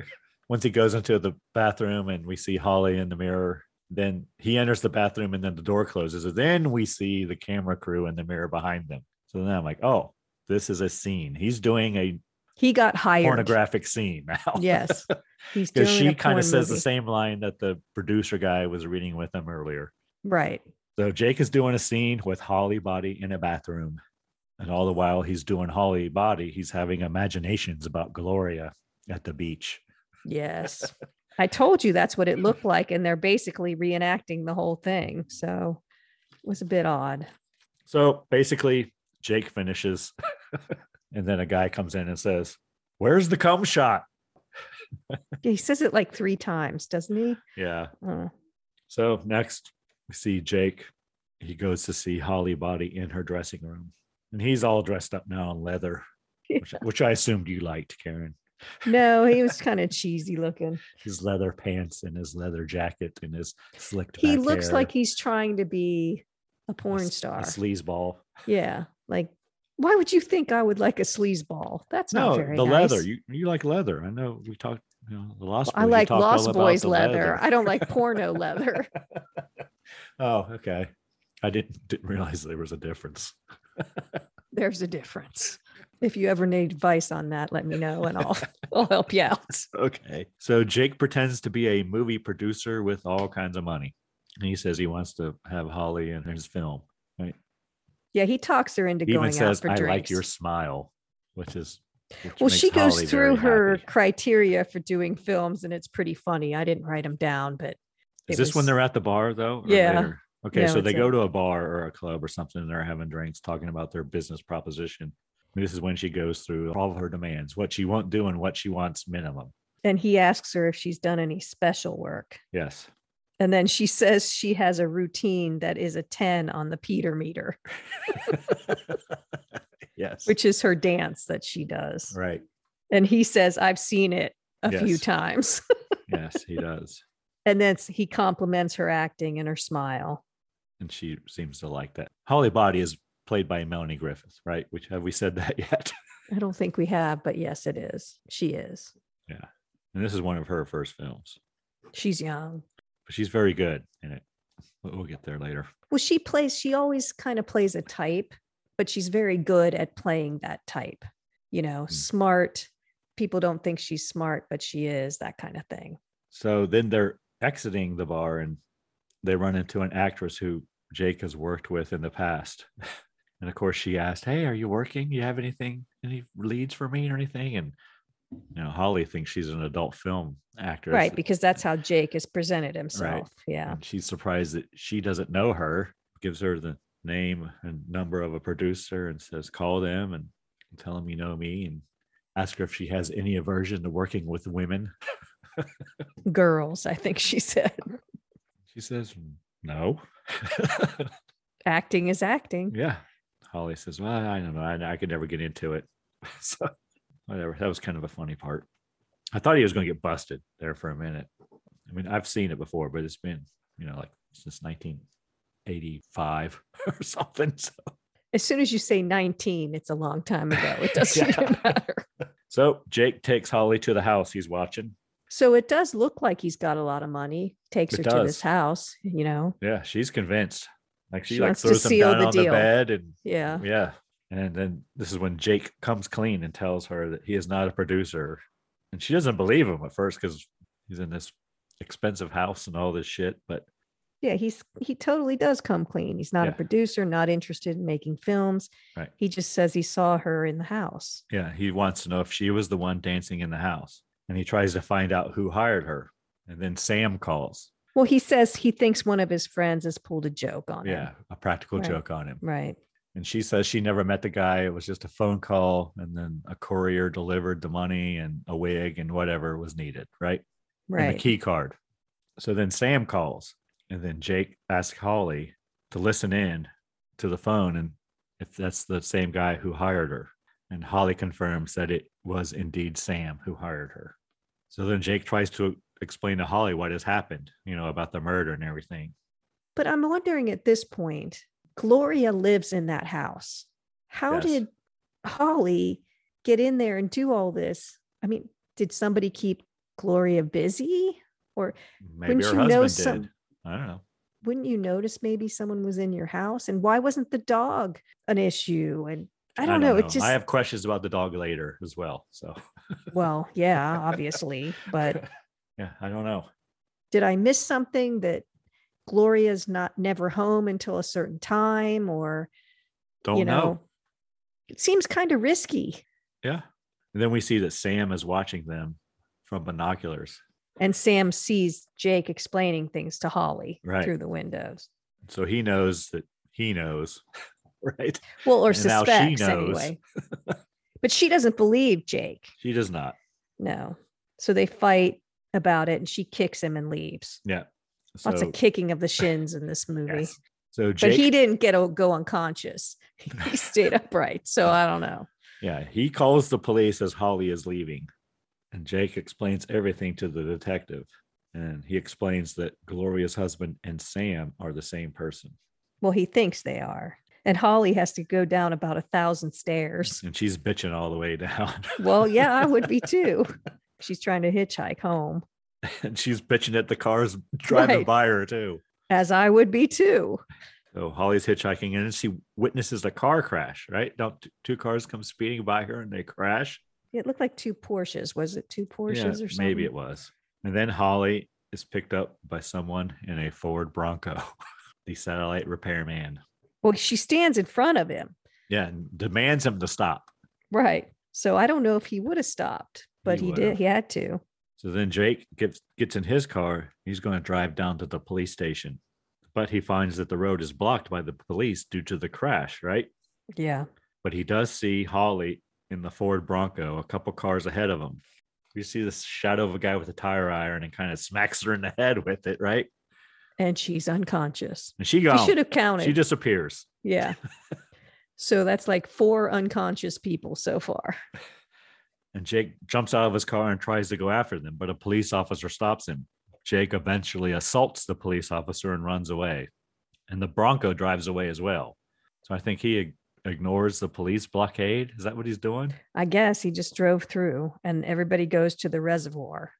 Speaker 3: Once he goes into the bathroom and we see Holly in the mirror, then he enters the bathroom and then the door closes. And then we see the camera crew in the mirror behind them. So then I'm like, oh, this is a scene. He's doing a
Speaker 1: He got hired.
Speaker 3: pornographic scene now.
Speaker 1: Yes. He's doing
Speaker 3: Because
Speaker 1: a
Speaker 3: she kind
Speaker 1: porn
Speaker 3: of says
Speaker 1: movie.
Speaker 3: the same line that the producer guy was reading with him earlier.
Speaker 1: Right.
Speaker 3: So Jake is doing a scene with Holly Body in a bathroom. And all the while he's doing Holly Body, he's having imaginations about Gloria at the beach.
Speaker 1: Yes. I told you that's what it looked like. And they're basically reenacting the whole thing. So it was a bit odd.
Speaker 3: So basically, Jake finishes. and then a guy comes in and says, Where's the cum shot?
Speaker 1: He says it like three times, doesn't he?
Speaker 3: Yeah.
Speaker 1: Uh,
Speaker 3: So next, we see Jake. He goes to see Holly Body in her dressing room. And he's all dressed up now in leather, which, which I assumed you liked, Karen.
Speaker 1: no, he was kind of cheesy looking.
Speaker 3: His leather pants and his leather jacket and his slicked
Speaker 1: He
Speaker 3: back
Speaker 1: looks
Speaker 3: hair,
Speaker 1: like he's trying to be a
Speaker 3: a
Speaker 1: porn
Speaker 3: s-
Speaker 1: star.
Speaker 3: A sleazeball.
Speaker 1: yeah. Like, why would you think I would like a sleaze ball? That's
Speaker 3: No,
Speaker 1: not very
Speaker 3: the
Speaker 1: nice.
Speaker 3: leather. You you like leather. I know we talked, you know, the Lost Boys.
Speaker 1: I
Speaker 3: you
Speaker 1: like
Speaker 3: talked all
Speaker 1: Lost
Speaker 3: about
Speaker 1: Boys
Speaker 3: the
Speaker 1: leather. I don't like porno leather.
Speaker 3: Oh, okay. I didn't didn't realize there was a difference.
Speaker 1: There's a difference. If you ever need advice on that, let me know and I'll I'll help you out.
Speaker 3: Okay. So Jake pretends to be a movie producer with all kinds of money. And he says he wants to have Holly in his film.
Speaker 1: Yeah, he talks her into
Speaker 3: He even
Speaker 1: going
Speaker 3: says,
Speaker 1: out for
Speaker 3: I
Speaker 1: drinks.
Speaker 3: like your smile, which is which
Speaker 1: well,
Speaker 3: makes
Speaker 1: she goes
Speaker 3: Holly
Speaker 1: through
Speaker 3: very
Speaker 1: her
Speaker 3: happy.
Speaker 1: criteria for doing films, and it's pretty funny. I didn't write them down, but it
Speaker 3: Is this when
Speaker 1: was-
Speaker 3: they're at the bar though? or
Speaker 1: Yeah.
Speaker 3: later? Okay,
Speaker 1: No,
Speaker 3: so they
Speaker 1: it's
Speaker 3: go
Speaker 1: a-
Speaker 3: to a bar or a club or something, and they're having drinks, talking about their business proposition. This is when she goes through all of her demands, what she won't do and what she wants minimum.
Speaker 1: and he asks her if she's done any special work,
Speaker 3: Yes.
Speaker 1: and then she says she has a routine that is a ten on the Peter meter,
Speaker 3: yes.
Speaker 1: which is her dance that she does.
Speaker 3: right.
Speaker 1: And he says, "I've seen it a few
Speaker 3: Yes.
Speaker 1: times,"
Speaker 3: Yes, he does.
Speaker 1: and then he compliments her acting and her smile.
Speaker 3: And she seems to like that. Holly Body is played by Melanie Griffith, right? Which have we said that yet?
Speaker 1: I don't think we have, but yes, it is. She is.
Speaker 3: And this is one of her first films.
Speaker 1: She's young.
Speaker 3: But she's very good in it. We'll we'll get there later.
Speaker 1: Well, she plays, she always kind of plays a type, but she's very good at playing that type, you know,
Speaker 3: Mm.
Speaker 1: smart. People don't think she's smart, but she is that kind of thing.
Speaker 3: So then they're exiting the bar and they run into an actress who Jake has worked with in the past. And of course, she asked, Hey, are you working? You have anything, any leads for me or anything? And, you know, Holly thinks she's an adult film actress.
Speaker 1: Right. Because that's how Jake has presented himself. Yeah.
Speaker 3: And she's surprised that she doesn't know her, gives her the name and number of a producer and says, Call them and tell them you know me and ask her if she has any aversion to working with women. Hmm.
Speaker 1: Girls, I think she said.
Speaker 3: She says, No.
Speaker 1: acting is acting.
Speaker 3: Yeah. Holly says, Well, I don't know. I, I could never get into it. so, whatever. That was kind of a funny part. I thought he was going to get busted there for a minute. I mean, I've seen it before, but it's been, you know, like since 1985 or something. So,
Speaker 1: As soon as you say 19, it's a long time ago. It doesn't
Speaker 3: Yeah.
Speaker 1: even matter.
Speaker 3: so Jake takes Holly to the house he's watching.
Speaker 1: So it does look like he's got a lot of money, takes
Speaker 3: It
Speaker 1: her to this
Speaker 3: does.
Speaker 1: house, you know.
Speaker 3: Yeah. She's convinced. Like she,
Speaker 1: She
Speaker 3: like
Speaker 1: wants to
Speaker 3: throws him
Speaker 1: seal
Speaker 3: down
Speaker 1: the
Speaker 3: on the
Speaker 1: deal. Uh-huh.
Speaker 3: bed and
Speaker 1: Yeah.
Speaker 3: Yeah. And then this is when Jake comes clean and tells her that he is not a producer. And she doesn't believe him at first because he's in this expensive house and all this shit. But
Speaker 1: Yeah, he's he totally does come clean. He's not
Speaker 3: Yeah.
Speaker 1: a producer, not interested in making films.
Speaker 3: Right.
Speaker 1: He just says he saw her in the house.
Speaker 3: yeah, he wants to know if she was the one dancing in the house. And he tries to find out who hired her. And then Sam calls.
Speaker 1: Well, he says he thinks one of his friends has pulled a joke on him.
Speaker 3: Yeah, a practical
Speaker 1: Right.
Speaker 3: joke on him.
Speaker 1: Right.
Speaker 3: And she says she never met the guy. It was just a phone call. And then a courier delivered the money and a wig and whatever was needed. Right. and
Speaker 1: Right.
Speaker 3: the key card. So then Sam calls, and then Jake asks Holly to listen in to the phone, and if that's the same guy who hired her. And Holly confirms that it was indeed Sam who hired her. So then Jake tries to explain to Holly what has happened, you know, about the murder and everything.
Speaker 1: But I'm wondering at this point, Gloria lives in that house. How
Speaker 3: Yes.
Speaker 1: did Holly get in there and do all this? I mean, did somebody keep Gloria busy?
Speaker 3: Maybe
Speaker 1: Wouldn't
Speaker 3: her
Speaker 1: you
Speaker 3: husband
Speaker 1: know
Speaker 3: did.
Speaker 1: some-
Speaker 3: I don't know.
Speaker 1: Wouldn't you notice maybe someone was in your house? And why wasn't the dog an issue? And I don't, know. It just
Speaker 3: I have questions about the dog later as well. So
Speaker 1: well, yeah, obviously. But
Speaker 3: yeah, I don't know.
Speaker 1: did I miss something that Gloria's not never home until a certain time? Or
Speaker 3: Don't
Speaker 1: you know,
Speaker 3: know.
Speaker 1: it seems kind of risky.
Speaker 3: Yeah. And then we see that Sam is watching them from binoculars.
Speaker 1: And Sam sees Jake explaining things to Holly
Speaker 3: Right.
Speaker 1: through the windows.
Speaker 3: So he knows that he knows, right?
Speaker 1: Well, or
Speaker 3: And now she
Speaker 1: suspects
Speaker 3: knows.
Speaker 1: anyway. but she doesn't believe Jake.
Speaker 3: She does not.
Speaker 1: No. So they fight about it and she kicks him and leaves.
Speaker 3: So,
Speaker 1: Lots of kicking of the shins in this movie.
Speaker 3: Yes. so
Speaker 1: But
Speaker 3: Jake,
Speaker 1: he didn't get o- go unconscious. he stayed upright. So I don't know.
Speaker 3: yeah, he calls the police as Holly is leaving. And Jake explains everything to the detective. And he explains that Gloria's husband and Sam are the same person.
Speaker 1: Well, he thinks they are. And Holly has to go down about a thousand stairs.
Speaker 3: And she's bitching all the way down.
Speaker 1: Well, yeah, I would be too. She's trying to hitchhike home,
Speaker 3: and she's bitching at the cars driving
Speaker 1: Right.
Speaker 3: by her, too.
Speaker 1: as I would be too.
Speaker 3: So Holly's hitchhiking and she witnesses a car crash, right? Don't t- two cars come speeding by her and they crash?
Speaker 1: It looked like two Porsches. Was it two
Speaker 3: Yeah,
Speaker 1: Porsches or something?
Speaker 3: Maybe it was. And then Holly is picked up by someone in a Ford Bronco, the satellite repairman.
Speaker 1: Well, she stands in front of him.
Speaker 3: Yeah, and demands him to stop.
Speaker 1: Right. So I don't know if he would have stopped, but
Speaker 3: He
Speaker 1: he,
Speaker 3: would've.
Speaker 1: did. He had to.
Speaker 3: So then Jake gets gets in his car. He's going to drive down to the police station. But he finds that the road is blocked by the police due to the crash, right?
Speaker 1: Yeah.
Speaker 3: but he does see Holly in the Ford Bronco a couple cars ahead of him. You see the shadow of a guy with a tire iron and kind of smacks her in the head with it, right?
Speaker 1: And she's unconscious.
Speaker 3: And she
Speaker 1: She
Speaker 3: goes,
Speaker 1: should have
Speaker 3: she,
Speaker 1: counted.
Speaker 3: disappears.
Speaker 1: yeah. so that's like four unconscious people so far.
Speaker 3: And Jake jumps out of his car and tries to go after them, but a police officer stops him. Jake eventually assaults the police officer and runs away. And the Bronco drives away as well. So I think he ig- ignores the police blockade. Is that what he's doing?
Speaker 1: I guess he just drove through and everybody goes to the reservoir.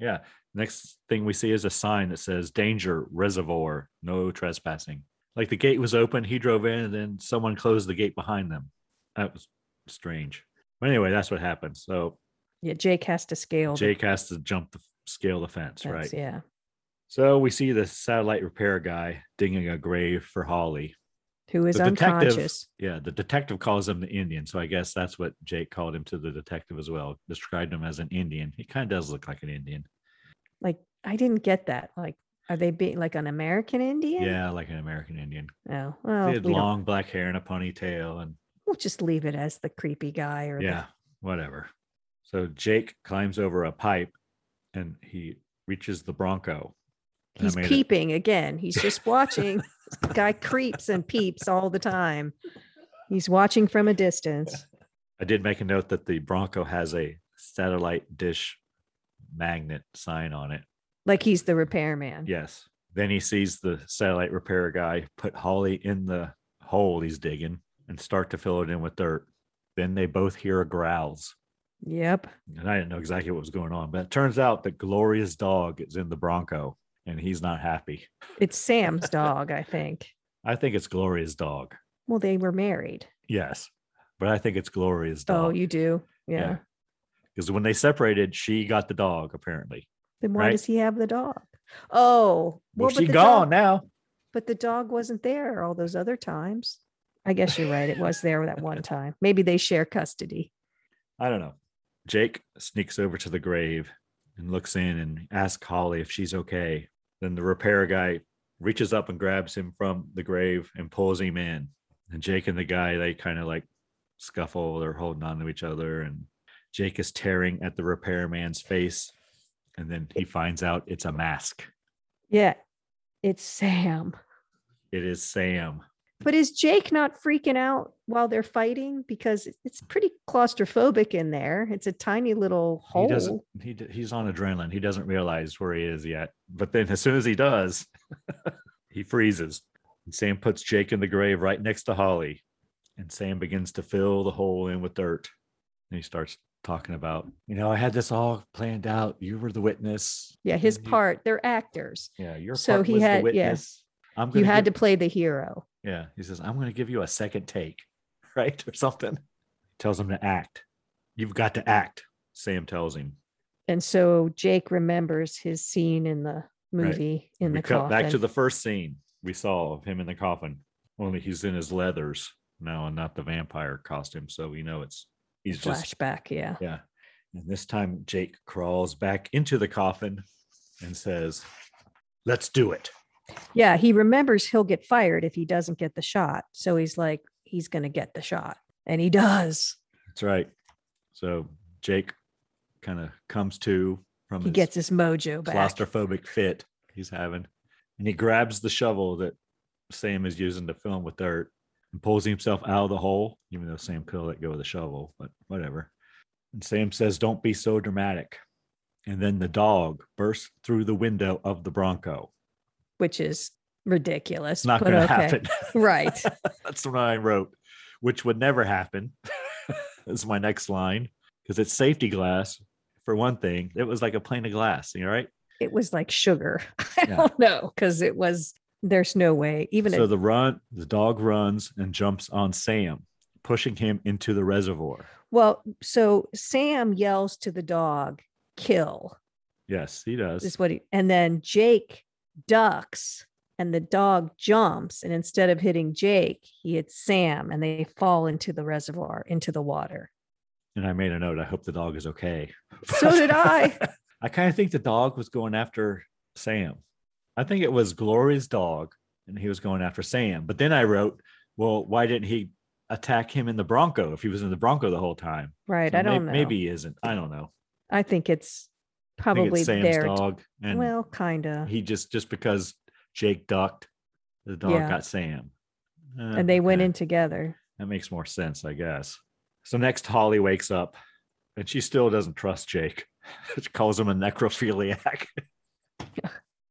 Speaker 3: Yeah. Next thing we see is a sign that says danger reservoir, no trespassing. Like the gate was open, he drove in, and then someone closed the gate behind them. That was strange. But anyway, that's what happened. So
Speaker 1: Yeah. Jake has to scale. the
Speaker 3: Jake has to jump the scale the fence,
Speaker 1: fence,
Speaker 3: right?
Speaker 1: Yeah.
Speaker 3: So we see the satellite repair guy digging a grave for Holly.
Speaker 1: Who is
Speaker 3: The detective-
Speaker 1: unconscious.
Speaker 3: Yeah, the detective calls him the Indian. So I guess that's what Jake called him to the detective as well, described him as an Indian. He kind of does look like an Indian.
Speaker 1: Like, I didn't get that. Like, are they being like an American Indian?
Speaker 3: Yeah, like an American Indian.
Speaker 1: Oh, well,
Speaker 3: He
Speaker 1: we
Speaker 3: had
Speaker 1: don't,
Speaker 3: long black hair and a ponytail, and
Speaker 1: we'll just leave it as the creepy guy or the-
Speaker 3: yeah, whatever. So Jake climbs over a pipe and he reaches the Bronco. And I
Speaker 1: He's
Speaker 3: made it-
Speaker 1: peeping again. He's just watching. the guy creeps and peeps all the time. He's watching from a distance.
Speaker 3: I did make a note that the Bronco has a satellite dish magnet sign on it.
Speaker 1: Like he's the repairman.
Speaker 3: Yes. Then he sees the satellite repair guy put Holly in the hole he's digging and start to fill it in with dirt. Then they both hear growls.
Speaker 1: Yep.
Speaker 3: and I didn't know exactly what was going on. But it turns out that Gloria's dog is in the Bronco and he's not happy.
Speaker 1: It's Sam's dog, I think.
Speaker 3: I think it's Gloria's dog.
Speaker 1: Well, they were married.
Speaker 3: Yes. But I think it's Gloria's dog.
Speaker 1: Oh, you do? Yeah.
Speaker 3: Yeah. Because when they separated, she got the dog, apparently.
Speaker 1: Then why
Speaker 3: Right.
Speaker 1: does he have the dog? Oh,
Speaker 3: Well,
Speaker 1: but
Speaker 3: she
Speaker 1: the
Speaker 3: gone
Speaker 1: Dog,
Speaker 3: now.
Speaker 1: but the dog wasn't there all those other times. I guess you're right. It was there that one time. Maybe they share custody.
Speaker 3: I don't know. Jake sneaks over to the grave and looks in and asks Holly if she's okay. Then the repair guy reaches up and grabs him from the grave and pulls him in. And Jake and the guy, they kind of like scuffle. They're holding on to each other. And Jake is tearing at the repairman's face. And then he finds out it's a mask.
Speaker 1: Yeah. It's Sam.
Speaker 3: It is Sam.
Speaker 1: But is Jake not freaking out while they're fighting? Because it- it's pretty claustrophobic in there. It's a tiny little hole.
Speaker 3: He doesn't. He, d- he's on adrenaline. He doesn't realize where he is yet. But then, as soon as he does, he freezes. And Sam puts Jake in the grave right next to Holly, and Sam begins to fill the hole in with dirt. And he starts talking about, you know, I had this all planned out. You were the witness.
Speaker 1: yeah, his
Speaker 3: and you-
Speaker 1: part. They're actors.
Speaker 3: Yeah, your
Speaker 1: So
Speaker 3: part
Speaker 1: he
Speaker 3: was
Speaker 1: had-
Speaker 3: the
Speaker 1: yeah.
Speaker 3: witness. I'm
Speaker 1: You
Speaker 3: gonna
Speaker 1: had
Speaker 3: give-
Speaker 1: to play the hero.
Speaker 3: Yeah, he says, I'm going to give you a second take, right? Or something. Tells him to act. You've got to act, Sam tells him.
Speaker 1: And so Jake remembers his scene in the
Speaker 3: Right.
Speaker 1: movie in
Speaker 3: we
Speaker 1: the
Speaker 3: cut
Speaker 1: coffin.
Speaker 3: back to the first scene we saw of him in the coffin, only he's in his leathers now and not the vampire costume. So we know it's, he's just,
Speaker 1: flashback. Yeah.
Speaker 3: yeah. And this time Jake crawls back into the coffin and says, Let's do it.
Speaker 1: Yeah. He remembers he'll get fired if he doesn't get the shot. So he's like, he's going to get the shot. And he does.
Speaker 3: That's right. So Jake kind of comes to from
Speaker 1: He
Speaker 3: his
Speaker 1: gets his mojo back.
Speaker 3: claustrophobic fit he's having. And he grabs the shovel that Sam is using to fill him with dirt and pulls himself out of the hole, even though Sam could have let go of the shovel, but whatever. And Sam says, Don't be so dramatic. And then the dog bursts through the window of the Bronco.
Speaker 1: which is ridiculous.
Speaker 3: It's not
Speaker 1: but
Speaker 3: going to
Speaker 1: okay.
Speaker 3: happen.
Speaker 1: right.
Speaker 3: That's what I wrote, which would never happen. That's my next line because it's safety glass. For one thing, it was like a pane of glass, you know, right?
Speaker 1: It was like sugar. I
Speaker 3: Yeah.
Speaker 1: don't know because it was. There's no way. Even
Speaker 3: so
Speaker 1: if,
Speaker 3: the run, the dog runs and jumps on Sam, pushing him into the reservoir.
Speaker 1: well, so Sam yells to the dog, "Kill!"
Speaker 3: Yes, he does.
Speaker 1: Is what he. And then Jake ducks, and the dog jumps, and instead of hitting Jake, he hits Sam, and they fall into the reservoir, into the water.
Speaker 3: and I made a note. I hope the dog is okay.
Speaker 1: So did I.
Speaker 3: I kind of think the dog was going after Sam. I think it was Glory's dog, and he was going after Sam. But then I wrote, well, why didn't he attack him in the Bronco if he was in the Bronco the whole time?
Speaker 1: Right.
Speaker 3: So
Speaker 1: I don't
Speaker 3: may-
Speaker 1: know.
Speaker 3: Maybe he isn't. I don't know.
Speaker 1: I think it's
Speaker 3: I think
Speaker 1: probably
Speaker 3: it's Sam's
Speaker 1: there.
Speaker 3: dog, and
Speaker 1: well, kind of.
Speaker 3: he just just because Jake ducked, the dog
Speaker 1: Yeah.
Speaker 3: got Sam. Uh,
Speaker 1: And they went
Speaker 3: okay.
Speaker 1: in together.
Speaker 3: That makes more sense, I guess. So next, Holly wakes up and she still doesn't trust Jake. she calls him a necrophiliac.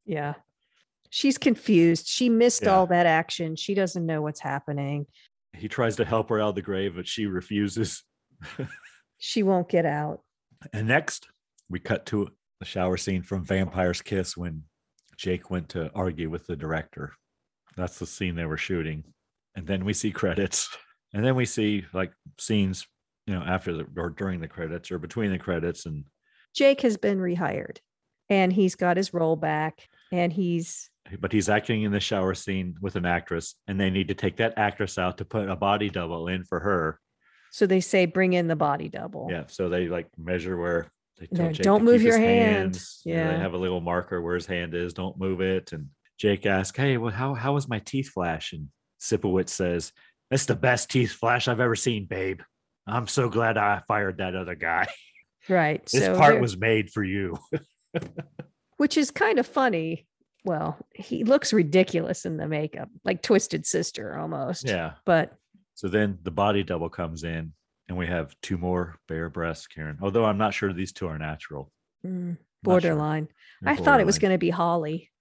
Speaker 1: Yeah. She's confused. She missed
Speaker 3: Yeah.
Speaker 1: all that action. She doesn't know what's happening.
Speaker 3: he tries to help her out of the grave, but she refuses.
Speaker 1: She won't get out.
Speaker 3: And next, we cut to the shower scene from Vampire's Kiss when Jake went to argue with the director. That's the scene they were shooting. And then we see credits. And then we see like scenes, you know, after the or during the credits or between the credits. And
Speaker 1: Jake has been rehired and he's got his role back and he's
Speaker 3: but he's acting in the shower scene with an actress, and they need to take that actress out to put a body double in for her.
Speaker 1: so they say bring in the body double.
Speaker 3: Yeah. So they like measure where they tell
Speaker 1: They're,
Speaker 3: Jake
Speaker 1: "Don't
Speaker 3: to
Speaker 1: move
Speaker 3: keep
Speaker 1: your
Speaker 3: his
Speaker 1: hand."
Speaker 3: hands, you know,
Speaker 1: Yeah.
Speaker 3: They have a little marker where his hand is. Don't move it. And Jake asks, Hey, well, how, how was my teeth flash? And Sipowicz says, That's the best teeth flash I've ever seen, babe. I'm so glad I fired that other guy.
Speaker 1: Right.
Speaker 3: This
Speaker 1: so
Speaker 3: part
Speaker 1: they're-
Speaker 3: was made for you.
Speaker 1: which is kind of funny. Well, he looks ridiculous in the makeup, like Twisted Sister almost.
Speaker 3: yeah.
Speaker 1: But
Speaker 3: So then the body double comes in, and we have two more bare breasts, Karen. Although I'm not sure these two are natural.
Speaker 1: mm,
Speaker 3: Not sure.
Speaker 1: borderline.
Speaker 3: They're
Speaker 1: I thought it was
Speaker 3: borderline.
Speaker 1: going to be Holly,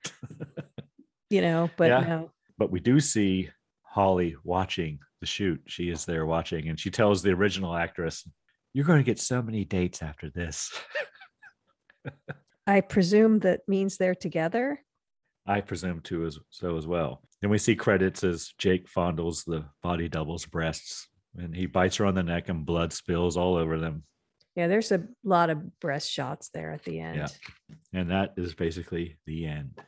Speaker 1: you know, but
Speaker 3: Yeah.
Speaker 1: no.
Speaker 3: but we do see Holly watching the shoot. She is there watching, and she tells the original actress, "You're going to get so many dates after this."
Speaker 1: I presume that means they're together.
Speaker 3: I presume too, as so as well. Then we see credits as Jake fondles the body double's breasts, and he bites her on the neck, and blood spills all over them.
Speaker 1: Yeah, there's a lot of breast shots there at the end.
Speaker 3: And that is basically the end.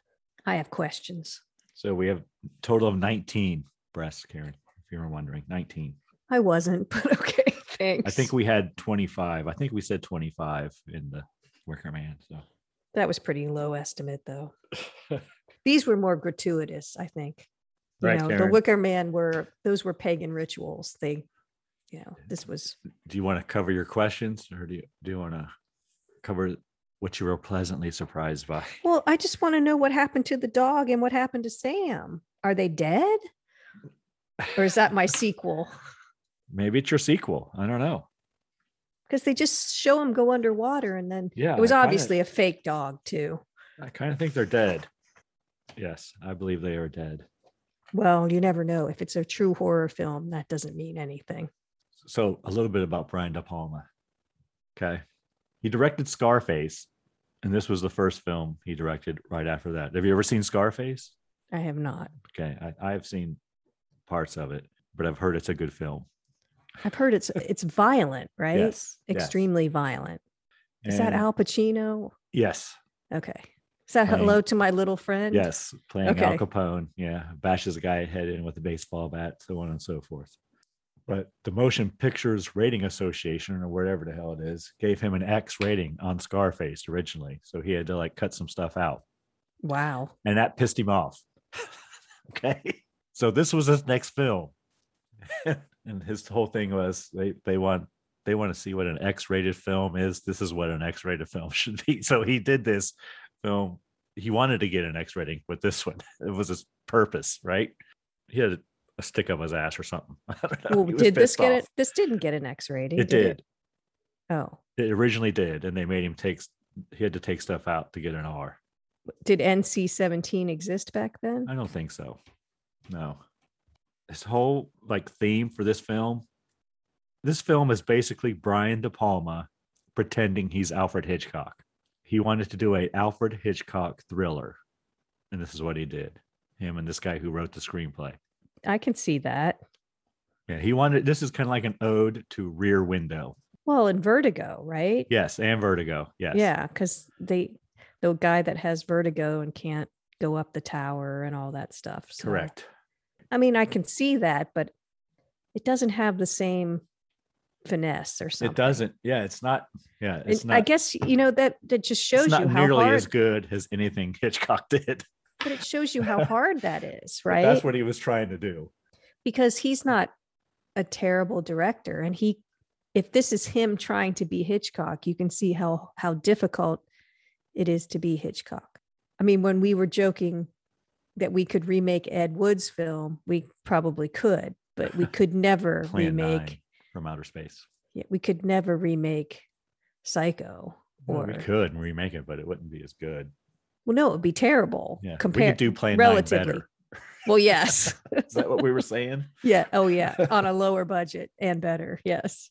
Speaker 1: I have questions.
Speaker 3: So we have total of 19 breasts, Karen. If you were wondering, 19.
Speaker 1: I wasn't, but okay, thanks.
Speaker 3: I think we had 25. I think we said 25 in the Wicker Man. So.
Speaker 1: that was pretty low estimate though. These were more gratuitous, I think. You know, the Wicker Man were those were pagan rituals. They, you know, this was
Speaker 3: do you want to cover your questions or do you do you want to cover what you were pleasantly surprised by?
Speaker 1: well, I just want to know what happened to the dog and what happened to Sam. Are they dead? or is that my sequel?
Speaker 3: Maybe it's your sequel. I don't know.
Speaker 1: Because they just show him go underwater and then
Speaker 3: Yeah.
Speaker 1: it was
Speaker 3: I kinda-
Speaker 1: obviously a fake dog too.
Speaker 3: I kind of think they're dead. Yes, I believe they are dead.
Speaker 1: Well, you never know. If it's a true horror film, that doesn't mean anything.
Speaker 3: So a little bit about Brian De Palma. Okay. He directed Scarface, and this was the first film he directed right after that. Have you ever seen Scarface?
Speaker 1: I have not.
Speaker 3: Okay. I, I've seen parts of it, but I've heard it's a good film.
Speaker 1: I've heard it's it's violent, right?
Speaker 3: Yes. yes.
Speaker 1: Extremely violent. Is that
Speaker 3: And-
Speaker 1: Al Pacino?
Speaker 3: Yes.
Speaker 1: Okay. Is that
Speaker 3: Playing-
Speaker 1: hello to my little friend?
Speaker 3: Yes. Playing Al
Speaker 1: Okay.
Speaker 3: Capone. Yeah. Bashes a guy head in with a baseball bat, so on and so forth. But the Motion Pictures Rating Association, or whatever the hell it is, gave him an X rating on Scarface originally. So he had to like cut some stuff out.
Speaker 1: Wow.
Speaker 3: and that pissed him off. okay, so this was his next film, and his whole thing was they they want they want to see what an X-rated film is. This is what an X-rated film should be. So he did this film. He wanted to get an X rating with this one. It was his purpose, right? He had a stick up his ass or something. I don't know.
Speaker 1: Well,
Speaker 3: He was
Speaker 1: did this
Speaker 3: pissed
Speaker 1: get
Speaker 3: off.
Speaker 1: it? This didn't get an X rating.
Speaker 3: It did.
Speaker 1: Oh.
Speaker 3: It originally did, and they made him take. He had to take stuff out to get an R.
Speaker 1: Did NC seventeen exist back then?
Speaker 3: I don't think so. No. This whole like theme for this film, this film is basically Brian De Palma pretending he's Alfred Hitchcock. He wanted to do a Alfred Hitchcock thriller, and this is what he did. Him and this guy who wrote the screenplay.
Speaker 1: I can see that.
Speaker 3: Yeah, he wanted. This is kind of like an ode to Rear Window.
Speaker 1: Well, in Vertigo, right?
Speaker 3: Yes, and Vertigo. Yes.
Speaker 1: Yeah, because they the guy that has vertigo and can't go up the tower and all that stuff. so-
Speaker 3: Correct.
Speaker 1: I mean, I can see that, but it doesn't have the same finesse or something.
Speaker 3: It doesn't. Yeah, it's not. Yeah, it's
Speaker 1: And
Speaker 3: not.
Speaker 1: I guess you know that that just
Speaker 3: it's
Speaker 1: shows
Speaker 3: not
Speaker 1: you how
Speaker 3: nearly
Speaker 1: hard,
Speaker 3: as good as anything Hitchcock did.
Speaker 1: but it shows you how hard that is,
Speaker 3: But
Speaker 1: right?
Speaker 3: That's what he was trying to do.
Speaker 1: because he's not a terrible director and he if this is him trying to be hitchcock you can see how how difficult it is to be hitchcock i mean when we were joking that we could remake ed wood's film we probably could but we could never
Speaker 3: Plan
Speaker 1: remake
Speaker 3: Nine from outer space.
Speaker 1: yeah, we could never remake psycho
Speaker 3: Well,
Speaker 1: or
Speaker 3: we could remake it, but it wouldn't be as good.
Speaker 1: well no it would be terrible
Speaker 3: Yeah, we
Speaker 1: compared
Speaker 3: could do Plan
Speaker 1: relatively.
Speaker 3: Nine
Speaker 1: well yes
Speaker 3: better. Is that what we were saying?
Speaker 1: yeah oh yeah on a lower budget and better yes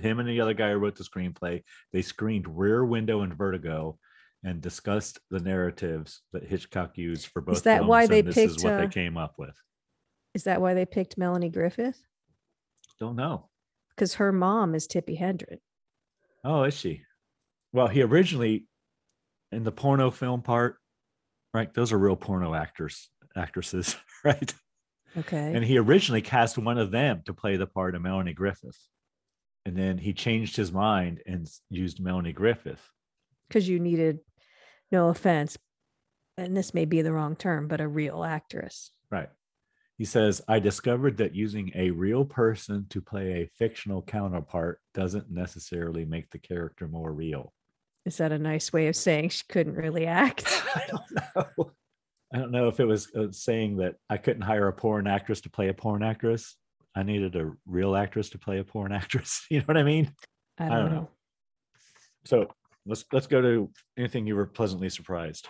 Speaker 3: Him and the other guy who wrote the screenplay, they screened Rear Window and Vertigo, and discussed the narratives that Hitchcock used for both.
Speaker 1: that
Speaker 3: films,
Speaker 1: why
Speaker 3: and
Speaker 1: they
Speaker 3: this
Speaker 1: picked,
Speaker 3: is what they
Speaker 1: uh,
Speaker 3: came up with.
Speaker 1: is that why they picked melanie griffith
Speaker 3: Don't know.
Speaker 1: because her mom is Tippi Hendren.
Speaker 3: Oh, is she? Well, he originally in the porno film part, right? Those are real porno actors, actresses, right?
Speaker 1: Okay.
Speaker 3: And he originally cast one of them to play the part of Melanie Griffith. And then he changed his mind and s- used Melanie Griffith.
Speaker 1: Because you needed, no offense, and this may be the wrong term, but a real actress.
Speaker 3: Right. He says, I discovered that using a real person to play a fictional counterpart doesn't necessarily make the character more real.
Speaker 1: Is that a nice way of saying she couldn't really act?
Speaker 3: I don't know. I don't know if it was uh, saying that I couldn't hire a porn actress to play a porn actress. I needed a real actress to play a porn actress. You know what I mean?
Speaker 1: I don't,
Speaker 3: don't know.
Speaker 1: know.
Speaker 3: So let's let's go to anything you were pleasantly surprised.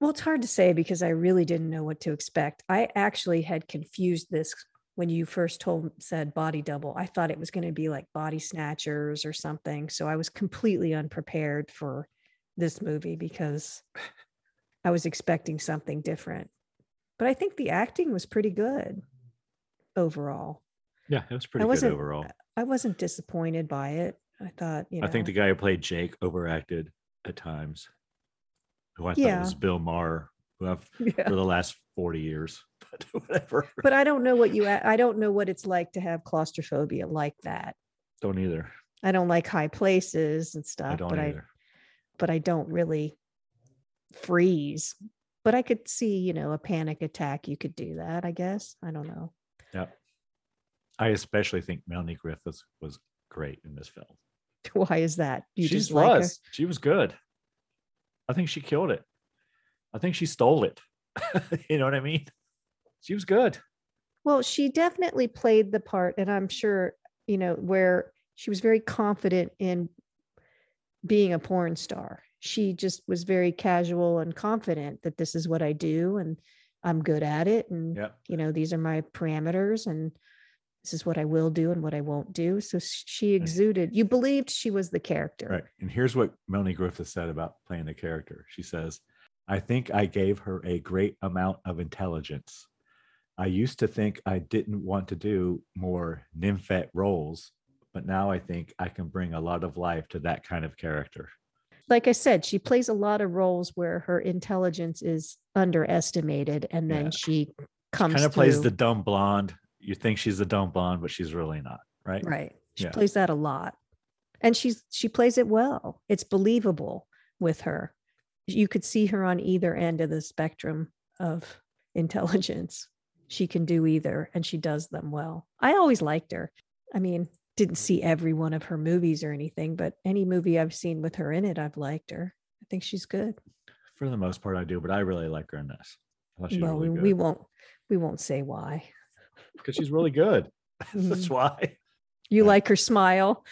Speaker 1: Well, it's hard to say because I really didn't know what to expect. I actually had confused this when you first told said body double. I thought it was going to be like body snatchers or something. So I was completely unprepared for this movie because I was expecting something different. But I think the acting was pretty good overall.
Speaker 3: Yeah, it was
Speaker 1: I
Speaker 3: pretty good
Speaker 1: wasn't-
Speaker 3: overall.
Speaker 1: I wasn't disappointed by it. I thought, you know,
Speaker 3: I think the guy who played Jake overacted at times. Who I
Speaker 1: Yeah.
Speaker 3: thought was Bill Maher, who I've
Speaker 1: yeah.
Speaker 3: for the last forty years, but whatever.
Speaker 1: but I don't know what you I don't know what it's like to have claustrophobia like that.
Speaker 3: don't either.
Speaker 1: I don't like high places and stuff,
Speaker 3: I don't
Speaker 1: but I
Speaker 3: either.
Speaker 1: but I don't really freeze. But I could see, you know, a panic attack. You could do that, I guess. I don't know.
Speaker 3: I especially think Melanie Griffith was great in this film.
Speaker 1: Why is that? You
Speaker 3: she
Speaker 1: just
Speaker 3: was.
Speaker 1: like her?
Speaker 3: She was good. I think she killed it. I think she stole it. you know what I mean? She was good.
Speaker 1: Well, she definitely played the part, and I'm sure, you know, where she was very confident in being a porn star. She just was very casual and confident that this is what I do and I'm good at it. And,
Speaker 3: Yep.
Speaker 1: you know, these are my parameters and this is what I will do and what I won't do. So she exuded, you believed she was the character.
Speaker 3: Right. And here's what Melanie Griffith said about playing the character. She says, I think I gave her a great amount of intelligence. I used to think I didn't want to do more nymphet roles, but now I think I can bring a lot of life to that kind of character.
Speaker 1: like I said, she plays a lot of roles where her intelligence is underestimated, and then
Speaker 3: Yeah.
Speaker 1: she comes
Speaker 3: Kind of plays
Speaker 1: through.
Speaker 3: the dumb blonde. You think she's a dumb blonde, but she's really not. Right.
Speaker 1: right. She
Speaker 3: Yeah.
Speaker 1: plays that a lot, and she's she plays it well. It's believable with her. You could see her on either end of the spectrum of intelligence. She can do either, and she does them well. I always liked her. I mean, didn't see every one of her movies or anything, but any movie I've seen with her in it, I've liked her. I think she's good.
Speaker 3: For the most part, I do, but I really like her in this. I thought Oh, she's
Speaker 1: well,
Speaker 3: really
Speaker 1: we,
Speaker 3: good.
Speaker 1: we won't we won't say why.
Speaker 3: because she's really good. That's
Speaker 1: Mhm.
Speaker 3: why.
Speaker 1: You
Speaker 3: Right.
Speaker 1: like her smile?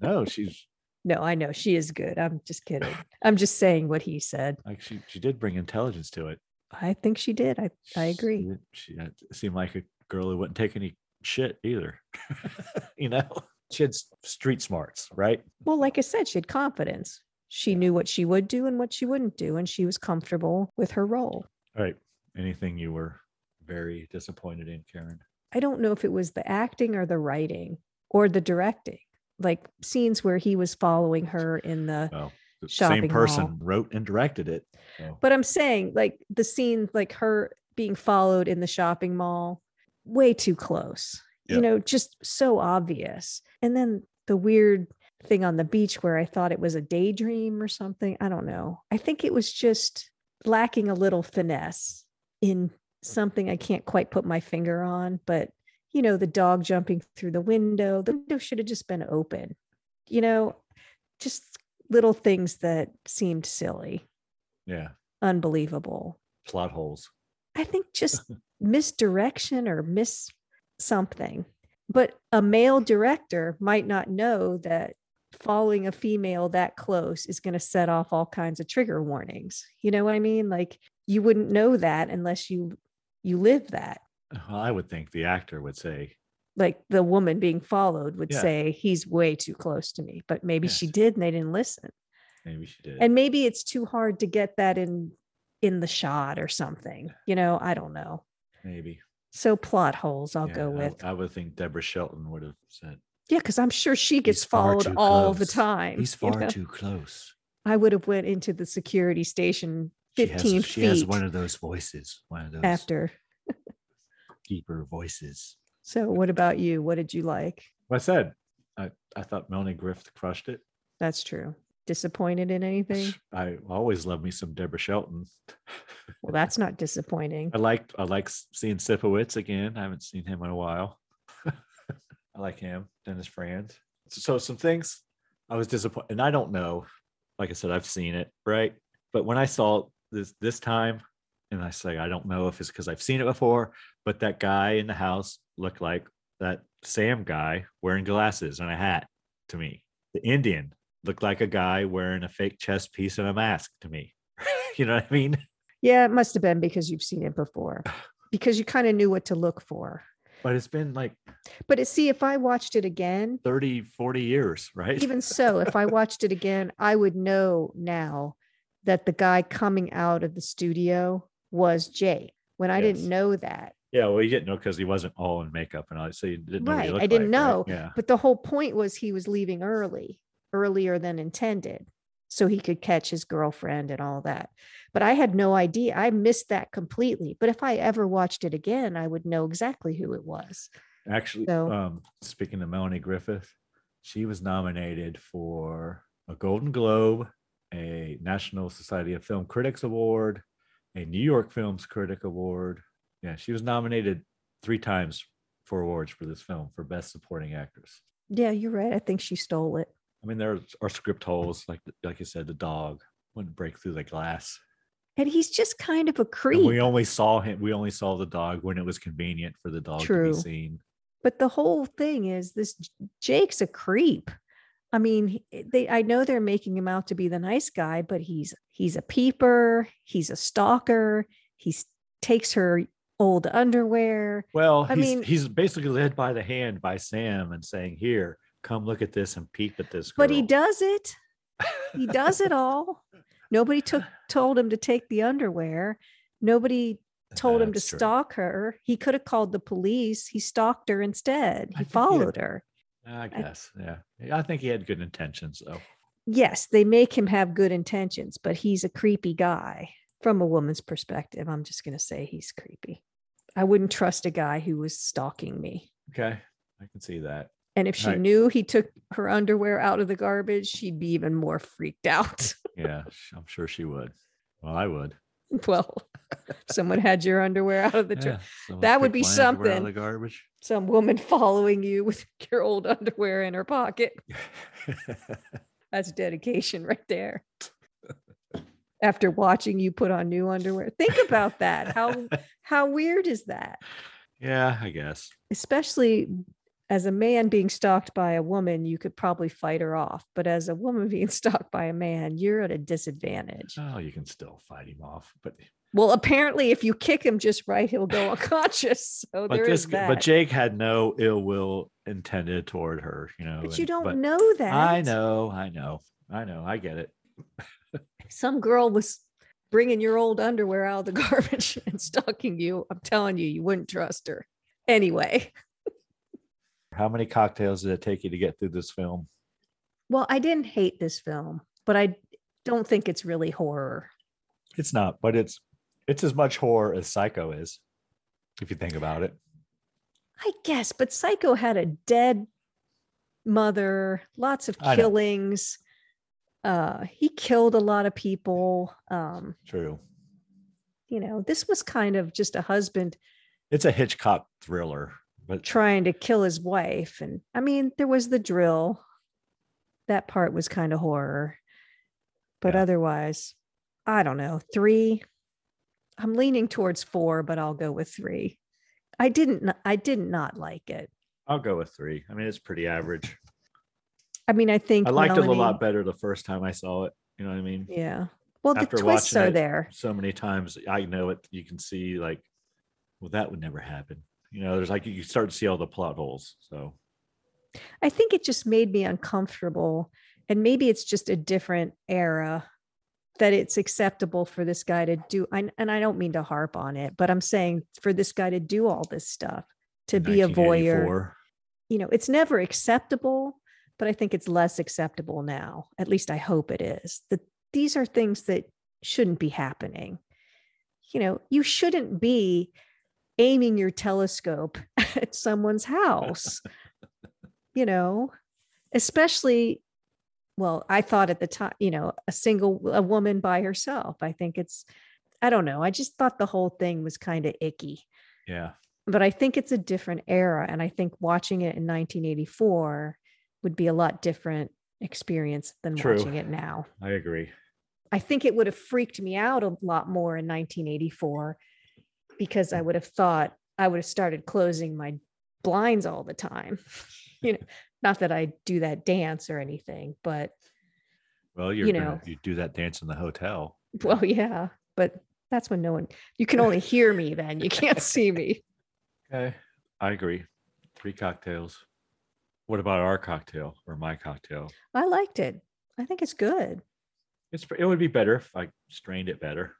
Speaker 3: No, she's
Speaker 1: No, I know she is good. I'm just kidding. I'm just saying what he said.
Speaker 3: like she she did bring intelligence to it.
Speaker 1: I think she did. I I
Speaker 3: She
Speaker 1: agree.
Speaker 3: didn't- She, uh, seemed like a girl who wouldn't take any shit either. you know, she had s- street smarts, right?
Speaker 1: Well, like I said, she had confidence. She knew what she would do and what she wouldn't do, and she was comfortable with her role.
Speaker 3: All right. Anything you were very disappointed in, Karen?
Speaker 1: I don't know if it was the acting or the writing or the directing, like scenes where he was following her in the
Speaker 3: Well, the
Speaker 1: Shopping
Speaker 3: same person wrote and directed it. so-
Speaker 1: But I'm saying, like, the scene, like her being followed in the shopping mall, way too close,
Speaker 3: Yeah.
Speaker 1: you know, just so obvious. And then the weird thing on the beach where I thought it was a daydream or something. I don't know. I think it was just lacking a little finesse in something I can't quite put my finger on. But, you know, the dog jumping through the window, the window should have just been open, you know, just little things that seemed silly
Speaker 3: yeah,
Speaker 1: unbelievable.
Speaker 3: plot holes.
Speaker 1: I think just misdirection or miss something. But a male director might not know that following a female that close is going to set off all kinds of trigger warnings. You know what I mean? Like you wouldn't know that unless you you live that.
Speaker 3: Well, I would think the actor would say,
Speaker 1: Like the woman being followed would
Speaker 3: Yeah.
Speaker 1: say he's way too close to me, but maybe she
Speaker 3: Yes.
Speaker 1: did and they didn't listen.
Speaker 3: maybe she did.
Speaker 1: And maybe it's too hard to get that in in the shot or something. You know, I don't know.
Speaker 3: maybe.
Speaker 1: So plot holes, I'll
Speaker 3: Yeah,
Speaker 1: go
Speaker 3: I-
Speaker 1: with.
Speaker 3: I, would think Deborah Shelton would have said,
Speaker 1: yeah, because I'm sure she gets
Speaker 3: far
Speaker 1: followed
Speaker 3: too
Speaker 1: all the
Speaker 3: close.
Speaker 1: time.
Speaker 3: he's
Speaker 1: you
Speaker 3: far
Speaker 1: know?
Speaker 3: too close.
Speaker 1: I would have went into the security station
Speaker 3: She has-
Speaker 1: 15
Speaker 3: She has
Speaker 1: feet
Speaker 3: one of those voices, one of those
Speaker 1: after.
Speaker 3: deeper voices.
Speaker 1: So what about you? What did you like?
Speaker 3: Well, I said, I, I thought Melanie Griffith crushed it.
Speaker 1: That's true. Disappointed in anything?
Speaker 3: I always love me some Deborah Shelton.
Speaker 1: Well, that's not disappointing.
Speaker 3: I liked I like s- seeing Sipowicz again. I haven't seen him in a while. I like him, Dennis Franz. So, so some things I was disappointed, and I don't know. Like I said, I've seen it, right? But when I saw this this time, and I say I don't know if it's because I've seen it before, but that guy in the house looked like that Sam guy wearing glasses and a hat to me. The Indian looked like a guy wearing a fake chest piece and a mask to me. you know what I mean?
Speaker 1: Yeah, it must have been because you've seen it before. Because you kind of knew what to look for.
Speaker 3: But it's been like
Speaker 1: But it, see, if I watched it again,
Speaker 3: 30 40 years right
Speaker 1: even so, if I watched it again, I would know now that the guy coming out of the studio was Jake. When I
Speaker 3: Yes.
Speaker 1: didn't know that,
Speaker 3: yeah well you didn't know because he wasn't all in makeup and all so you didn't know what
Speaker 1: Right,
Speaker 3: he
Speaker 1: I
Speaker 3: looked
Speaker 1: didn't
Speaker 3: like, right?
Speaker 1: know.
Speaker 3: yeah
Speaker 1: but the whole point was he was leaving early, earlier than intended, so he could catch his girlfriend and all that. But I had no idea. I missed that completely. But if I ever watched it again, I would know exactly who it was.
Speaker 3: actually
Speaker 1: So-
Speaker 3: um speaking of melanie griffith she was nominated for a golden globe a national society of film critics award a new york films critic award yeah she was nominated three times for awards for this film for best supporting actress
Speaker 1: Yeah, you're right. I think she stole it.
Speaker 3: i mean there are script holes like like you said the dog wouldn't break through the glass
Speaker 1: And he's just kind of a
Speaker 3: And we
Speaker 1: creep.
Speaker 3: only saw him. We only saw the dog when it was convenient for the dog to
Speaker 1: True.
Speaker 3: be seen.
Speaker 1: But the whole thing is this J- Jake's a creep. I mean, he- eh, they I know they're making him out to be the nice guy, but he's he's a peeper, he's a stalker, he takes her old underwear.
Speaker 3: Well,
Speaker 1: I
Speaker 3: he's
Speaker 1: mean-
Speaker 3: he's basically led by the hand by Sam and saying, "Here, come look at this and peep at this."
Speaker 1: But he
Speaker 3: girl."
Speaker 1: does it. He does it all. Nobody took told him to take the underwear. Nobody told him to
Speaker 3: That's true.
Speaker 1: stalk her. He could have called the police. He stalked her instead. He
Speaker 3: I think he had-
Speaker 1: followed her.
Speaker 3: I guess. Yeah, I think he had good intentions though.
Speaker 1: Yes, they make him have good intentions, but he's a creepy guy from a woman's perspective. I'm just going to say he's creepy. I wouldn't trust a guy who was stalking me.
Speaker 3: Okay, I can see that.
Speaker 1: And if she
Speaker 3: Right.
Speaker 1: knew he took her underwear out of the garbage, she'd be even more freaked out.
Speaker 3: Yeah, sh- I'm sure she would. Well, I would.
Speaker 1: well, someone had your underwear out of the
Speaker 3: Yeah,
Speaker 1: trash.
Speaker 3: someone
Speaker 1: that would
Speaker 3: picked
Speaker 1: be
Speaker 3: my underwear out of
Speaker 1: something.
Speaker 3: the garbage.
Speaker 1: Some woman following you with your old underwear in her pocket. That's dedication right there. After watching you put on new underwear. Think about that. How how weird is that?
Speaker 3: yeah, I guess.
Speaker 1: Especially as a man being stalked by a woman, you could probably fight her off. But as a woman being stalked by a man, you're at a disadvantage.
Speaker 3: Oh, you can still fight him off, but
Speaker 1: Well, apparently, if you kick him just right, he'll go unconscious. So
Speaker 3: but
Speaker 1: there
Speaker 3: this
Speaker 1: is
Speaker 3: g-
Speaker 1: that.
Speaker 3: but Jake had no ill will intended toward her, you know.
Speaker 1: But
Speaker 3: and-
Speaker 1: you don't
Speaker 3: but
Speaker 1: know that.
Speaker 3: I know, I know, I know, I get it.
Speaker 1: Some girl was bringing your old underwear out of the garbage and stalking you. I'm telling you, you wouldn't trust her. Anyway,
Speaker 3: How many cocktails did it take you to get through this film?
Speaker 1: well, I didn't hate this film, but I don't think it's really horror.
Speaker 3: It's not, but it's it's as much horror as Psycho is, if you think about it.
Speaker 1: I guess, but Psycho had a dead mother, lots of
Speaker 3: I know.
Speaker 1: killings. Uh, he killed a lot of people. Um,
Speaker 3: True.
Speaker 1: you know, this was kind of just a husband
Speaker 3: It's a Hitchcock thriller, but
Speaker 1: trying to kill his wife. And I mean, there was the drill. That part was kind of horror. But
Speaker 3: Yeah.
Speaker 1: otherwise, I don't know. Three. I'm leaning towards four, but I'll go with three. I didn't n- I did not like it.
Speaker 3: I'll go with three. I mean, it's pretty average.
Speaker 1: I mean, I think
Speaker 3: I liked it a
Speaker 1: Melanie-
Speaker 3: lot better the first time I saw it. You know what I mean?
Speaker 1: Yeah. Well,
Speaker 3: After
Speaker 1: the twists
Speaker 3: watching
Speaker 1: are
Speaker 3: it-
Speaker 1: there.
Speaker 3: so many times I know it. You can see like, well, that would never happen. You know, there's like you start to see all the plot holes. So
Speaker 1: I think it just made me uncomfortable. And maybe it's just a different era that it's acceptable for this guy to do. I, and I don't mean to harp on it, but I'm saying for this guy to do all this stuff, to be a voyeur.
Speaker 3: 1984,
Speaker 1: You know, it's never acceptable, but I think it's less acceptable now. At least I hope it is. That these are things that shouldn't be happening. You know, you shouldn't be aiming your telescope at someone's house you know, especially, well, I thought at the time, you know, a single a woman by herself. I think it's, I don't know. I just thought the whole thing was kind of icky,
Speaker 3: Yeah,
Speaker 1: but I think it's a different era, and I think watching it in 1984 would be a lot different experience than
Speaker 3: True.
Speaker 1: watching it now.
Speaker 3: I agree.
Speaker 1: I think it would have freaked me out a lot more in 1984 because I would have thought I would have started closing my blinds all the time. you know, not that I do that dance or anything, but
Speaker 3: Well, you're
Speaker 1: You
Speaker 3: gonna,
Speaker 1: know.
Speaker 3: you do that dance in the hotel.
Speaker 1: well, yeah, but that's when no one you can only hear me then. You can't see me.
Speaker 3: Okay, I agree. Three cocktails. What about our cocktail or my cocktail?
Speaker 1: I liked it. I think it's good.
Speaker 3: It's it would be better if I strained it better.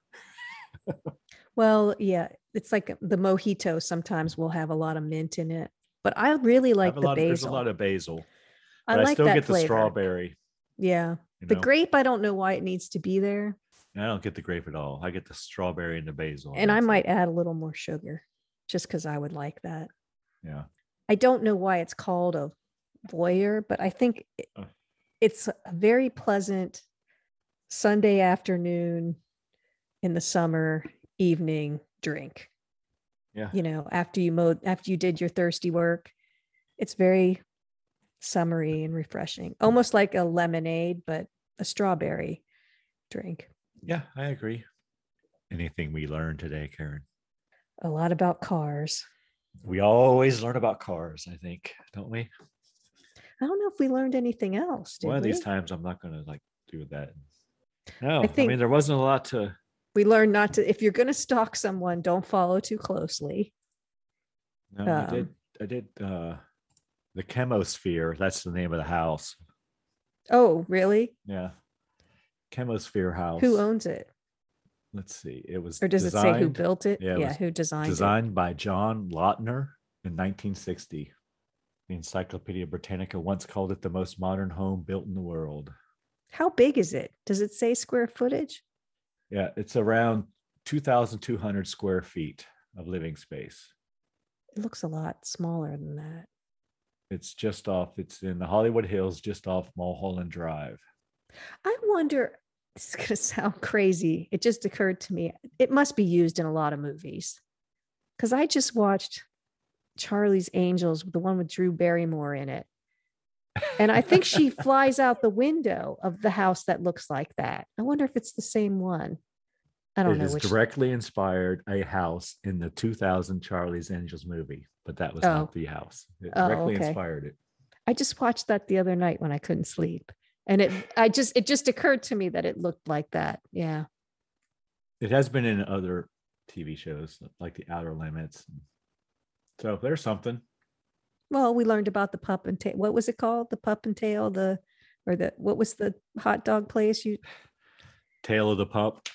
Speaker 1: Well, yeah, it's like the mojito sometimes will have a lot of mint in it, but I really
Speaker 3: I
Speaker 1: like
Speaker 3: have a
Speaker 1: the
Speaker 3: lot of- there's a
Speaker 1: basil.
Speaker 3: lot of basil,
Speaker 1: I
Speaker 3: but I,
Speaker 1: like
Speaker 3: still
Speaker 1: that
Speaker 3: get the
Speaker 1: flavor.
Speaker 3: strawberry.
Speaker 1: Yeah.
Speaker 3: You
Speaker 1: The
Speaker 3: know?
Speaker 1: grape, I don't know why it needs to be there.
Speaker 3: I don't get the grape at all. I get the strawberry and the basil.
Speaker 1: And I
Speaker 3: Oh, that's it.
Speaker 1: might add a little more sugar just because I would like that.
Speaker 3: yeah.
Speaker 1: I don't know why it's called a voyeur, but I think it-
Speaker 3: Oh.
Speaker 1: it's a very pleasant Sunday afternoon in the summer evening drink.
Speaker 3: Yeah.
Speaker 1: You know, after you mowed, after you did your thirsty work, it's very summery and refreshing, almost like a lemonade, but a strawberry drink.
Speaker 3: Yeah, I agree. anything we learned today, Karen?
Speaker 1: A lot about cars.
Speaker 3: We always learn about cars, I think, don't we?
Speaker 1: I don't know if we learned anything else. Did
Speaker 3: One of
Speaker 1: we?
Speaker 3: these times, I'm not going to like do that. No, I,
Speaker 1: think-
Speaker 3: mean, there wasn't a lot to.
Speaker 1: we learned not to. If you're going to stalk someone, don't follow too closely.
Speaker 3: No, I
Speaker 1: Um,
Speaker 3: did. I did. Uh, the chemosphere. That's the name of the house.
Speaker 1: Oh, really?
Speaker 3: Yeah, chemosphere house.
Speaker 1: Who owns it,
Speaker 3: Let's see. It was.
Speaker 1: or does it say who
Speaker 3: designed-
Speaker 1: built it? Yeah,
Speaker 3: yeah, it was
Speaker 1: who designed
Speaker 3: Designed by John Lautner in 1960. The Encyclopedia Britannica once called it the most modern home built in the world.
Speaker 1: it? How big is it? Does it say square footage?
Speaker 3: Yeah, it's around 2,200 square feet of living space.
Speaker 1: It looks a lot smaller than that.
Speaker 3: It's just off, it's in the Hollywood Hills, just off Mulholland Drive.
Speaker 1: I wonder. This is going to sound crazy. It just occurred to me. It must be used in a lot of movies, because I just watched Charlie's Angels, the one with Drew Barrymore in it, and I think she flies out the window of the house that looks like that. I wonder if it's the same one. I don't
Speaker 3: It
Speaker 1: know
Speaker 3: is
Speaker 1: which.
Speaker 3: directly inspired a house in the 2000 Charlie's Angels movie, but that was
Speaker 1: Oh.
Speaker 3: not the house. It
Speaker 1: Oh,
Speaker 3: directly
Speaker 1: okay.
Speaker 3: inspired it.
Speaker 1: I just watched that the other night when I couldn't sleep. And it I just it just occurred to me that it looked like that. Yeah.
Speaker 3: It has been in other TV shows like The Outer Limits. So there's something.
Speaker 1: Well, we learned about the pup and tail. What was it called? The pup and tail, the or the what was the hot dog place? You
Speaker 3: Tail of the pup.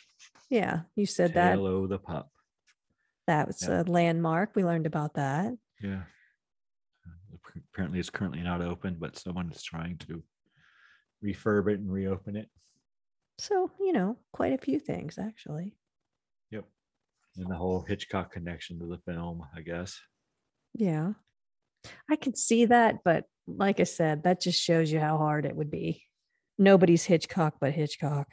Speaker 1: yeah, you said
Speaker 3: Tail of the pup.
Speaker 1: that. That was a
Speaker 3: yeah.
Speaker 1: landmark. We learned about that.
Speaker 3: Yeah. Uh, ap- Apparently, it's currently not open, but someone is trying to refurb it and reopen it.
Speaker 1: So, you know, quite a few things actually.
Speaker 3: Yep. And the whole Hitchcock connection to the film, I guess.
Speaker 1: Yeah. I can see that, but like I said, that just shows you how hard it would be. Nobody's Hitchcock but Hitchcock.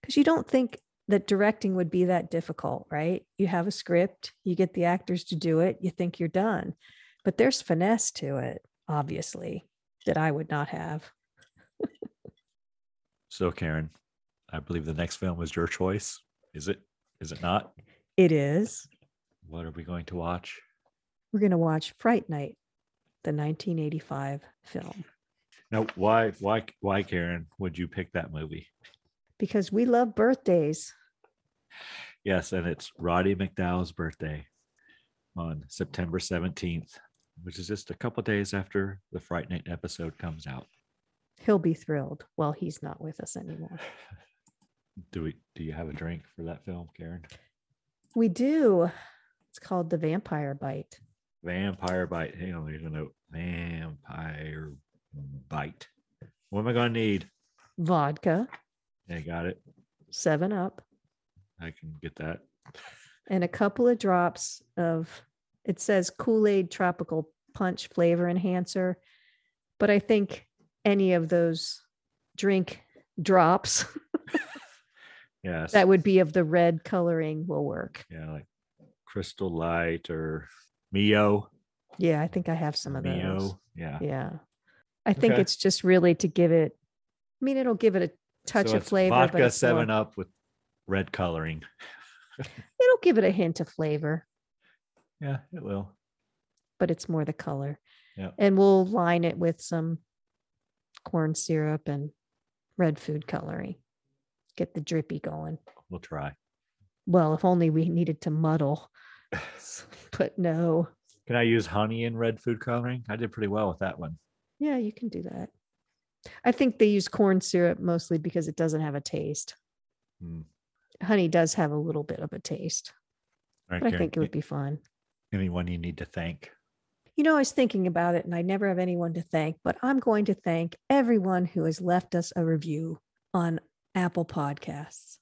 Speaker 1: Because you don't think that directing would be that difficult, right? You have a script, you get the actors to do it, you think you're done. But there's finesse to it, obviously, that I would not have.
Speaker 3: So, Karen, I believe the next film was your choice. Is it? Is it not?
Speaker 1: It is.
Speaker 3: What are we going to watch?
Speaker 1: We're going to watch Fright Night, the 1985 film,
Speaker 3: Now, why, why, why, Karen, would you pick that movie?
Speaker 1: because we love birthdays.
Speaker 3: Yes, and it's Roddy McDowell's birthday on September 17th, which is just a couple days after the Fright Night episode comes out.
Speaker 1: He'll be thrilled while he's not with us anymore.
Speaker 3: Do we do you have a drink for that film, Karen?
Speaker 1: We do. It's called The Vampire Bite.
Speaker 3: Vampire bite. Hang on, there's a note. Vampire bite. What am I gonna need?
Speaker 1: Vodka,
Speaker 3: I got it.
Speaker 1: seven up,
Speaker 3: I can get that.
Speaker 1: and a couple of drops of it says Kool-Aid tropical punch flavor enhancer. But I think any of those drink drops
Speaker 3: Yes.
Speaker 1: that would be of the red coloring will work.
Speaker 3: yeah, like crystal light or Mio.
Speaker 1: Yeah, I think I have some of
Speaker 3: Mio.
Speaker 1: those.
Speaker 3: Yeah.
Speaker 1: Yeah. I think
Speaker 3: Ah. Okay.
Speaker 1: it's just really to give it, I mean, it'll give it a touch
Speaker 3: So
Speaker 1: of
Speaker 3: it's
Speaker 1: flavor. but
Speaker 3: Vodka
Speaker 1: it's more-
Speaker 3: seven up with red coloring.
Speaker 1: It'll give it a hint of flavor.
Speaker 3: Yeah, it will.
Speaker 1: but it's more the color.
Speaker 3: Yeah.
Speaker 1: And we'll line it with some corn syrup and red food coloring. Get the drippy going.
Speaker 3: We'll try.
Speaker 1: Well, if only we needed to muddle, but no.
Speaker 3: Can I use honey in red food coloring? I did pretty well with that one.
Speaker 1: Yeah, you can do that. I think they use corn syrup mostly because it doesn't have a taste.
Speaker 3: Hmm.
Speaker 1: Honey does have a little bit of a taste,
Speaker 3: All right,
Speaker 1: but I
Speaker 3: Karen,
Speaker 1: think it would be
Speaker 3: a-
Speaker 1: fun.
Speaker 3: anyone you need to thank.
Speaker 1: You know, I was thinking about it and I never have anyone to thank, but I'm going to thank everyone who has left us a review on Apple Podcasts.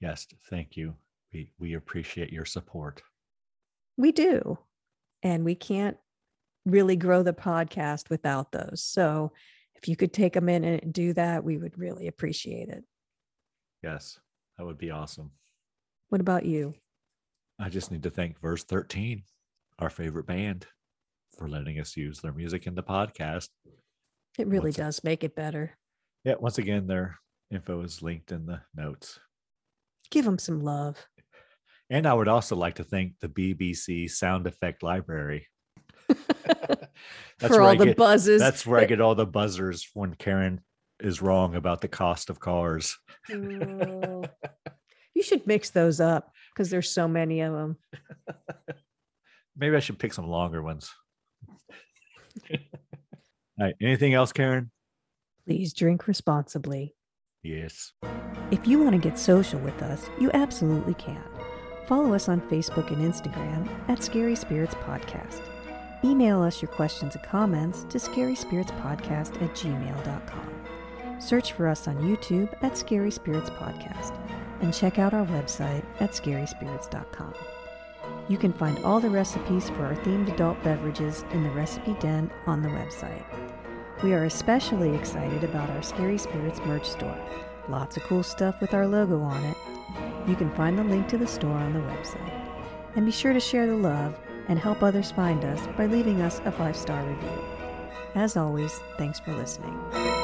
Speaker 3: Yes, thank you. We we appreciate your support.
Speaker 1: We do. And we can't really grow the podcast without those. So if you could take a minute and do that, we would really appreciate it.
Speaker 3: Yes, that would be awesome.
Speaker 1: What about you?
Speaker 3: I just need to thank Verse 13, our favorite band, for letting us use their music in the podcast.
Speaker 1: It really
Speaker 3: What's up?
Speaker 1: does make it better.
Speaker 3: Yeah, once again, their info is linked in the notes.
Speaker 1: Give them some love.
Speaker 3: And I would also like to thank the BBC sound effect library.
Speaker 4: for all
Speaker 3: I
Speaker 4: the
Speaker 3: get,
Speaker 4: buzzes.
Speaker 3: That's where I get all the buzzers when Karen is wrong about the cost of cars.
Speaker 4: Oh. you should mix those up because there's so many of them.
Speaker 3: Maybe I should pick some longer ones. all right. Anything else, Karen?
Speaker 4: Please drink responsibly.
Speaker 3: Yes.
Speaker 1: If you want to get social with us, you absolutely can. Follow us on Facebook and Instagram at Scary Spirits Podcast. Email us your questions and comments to scaryspiritspodcast at gmail.com. Search for us on YouTube at Scary Spirits Podcast and check out our website at scaryspirits.com. You can find all the recipes for our themed adult beverages in the recipe den on the website. We are especially excited about our Scary Spirits merch store. Lots of cool stuff with our logo on it. You can find the link to the store on the website. And be sure to share the love and help others find us by leaving us a five star review. As always, thanks for listening.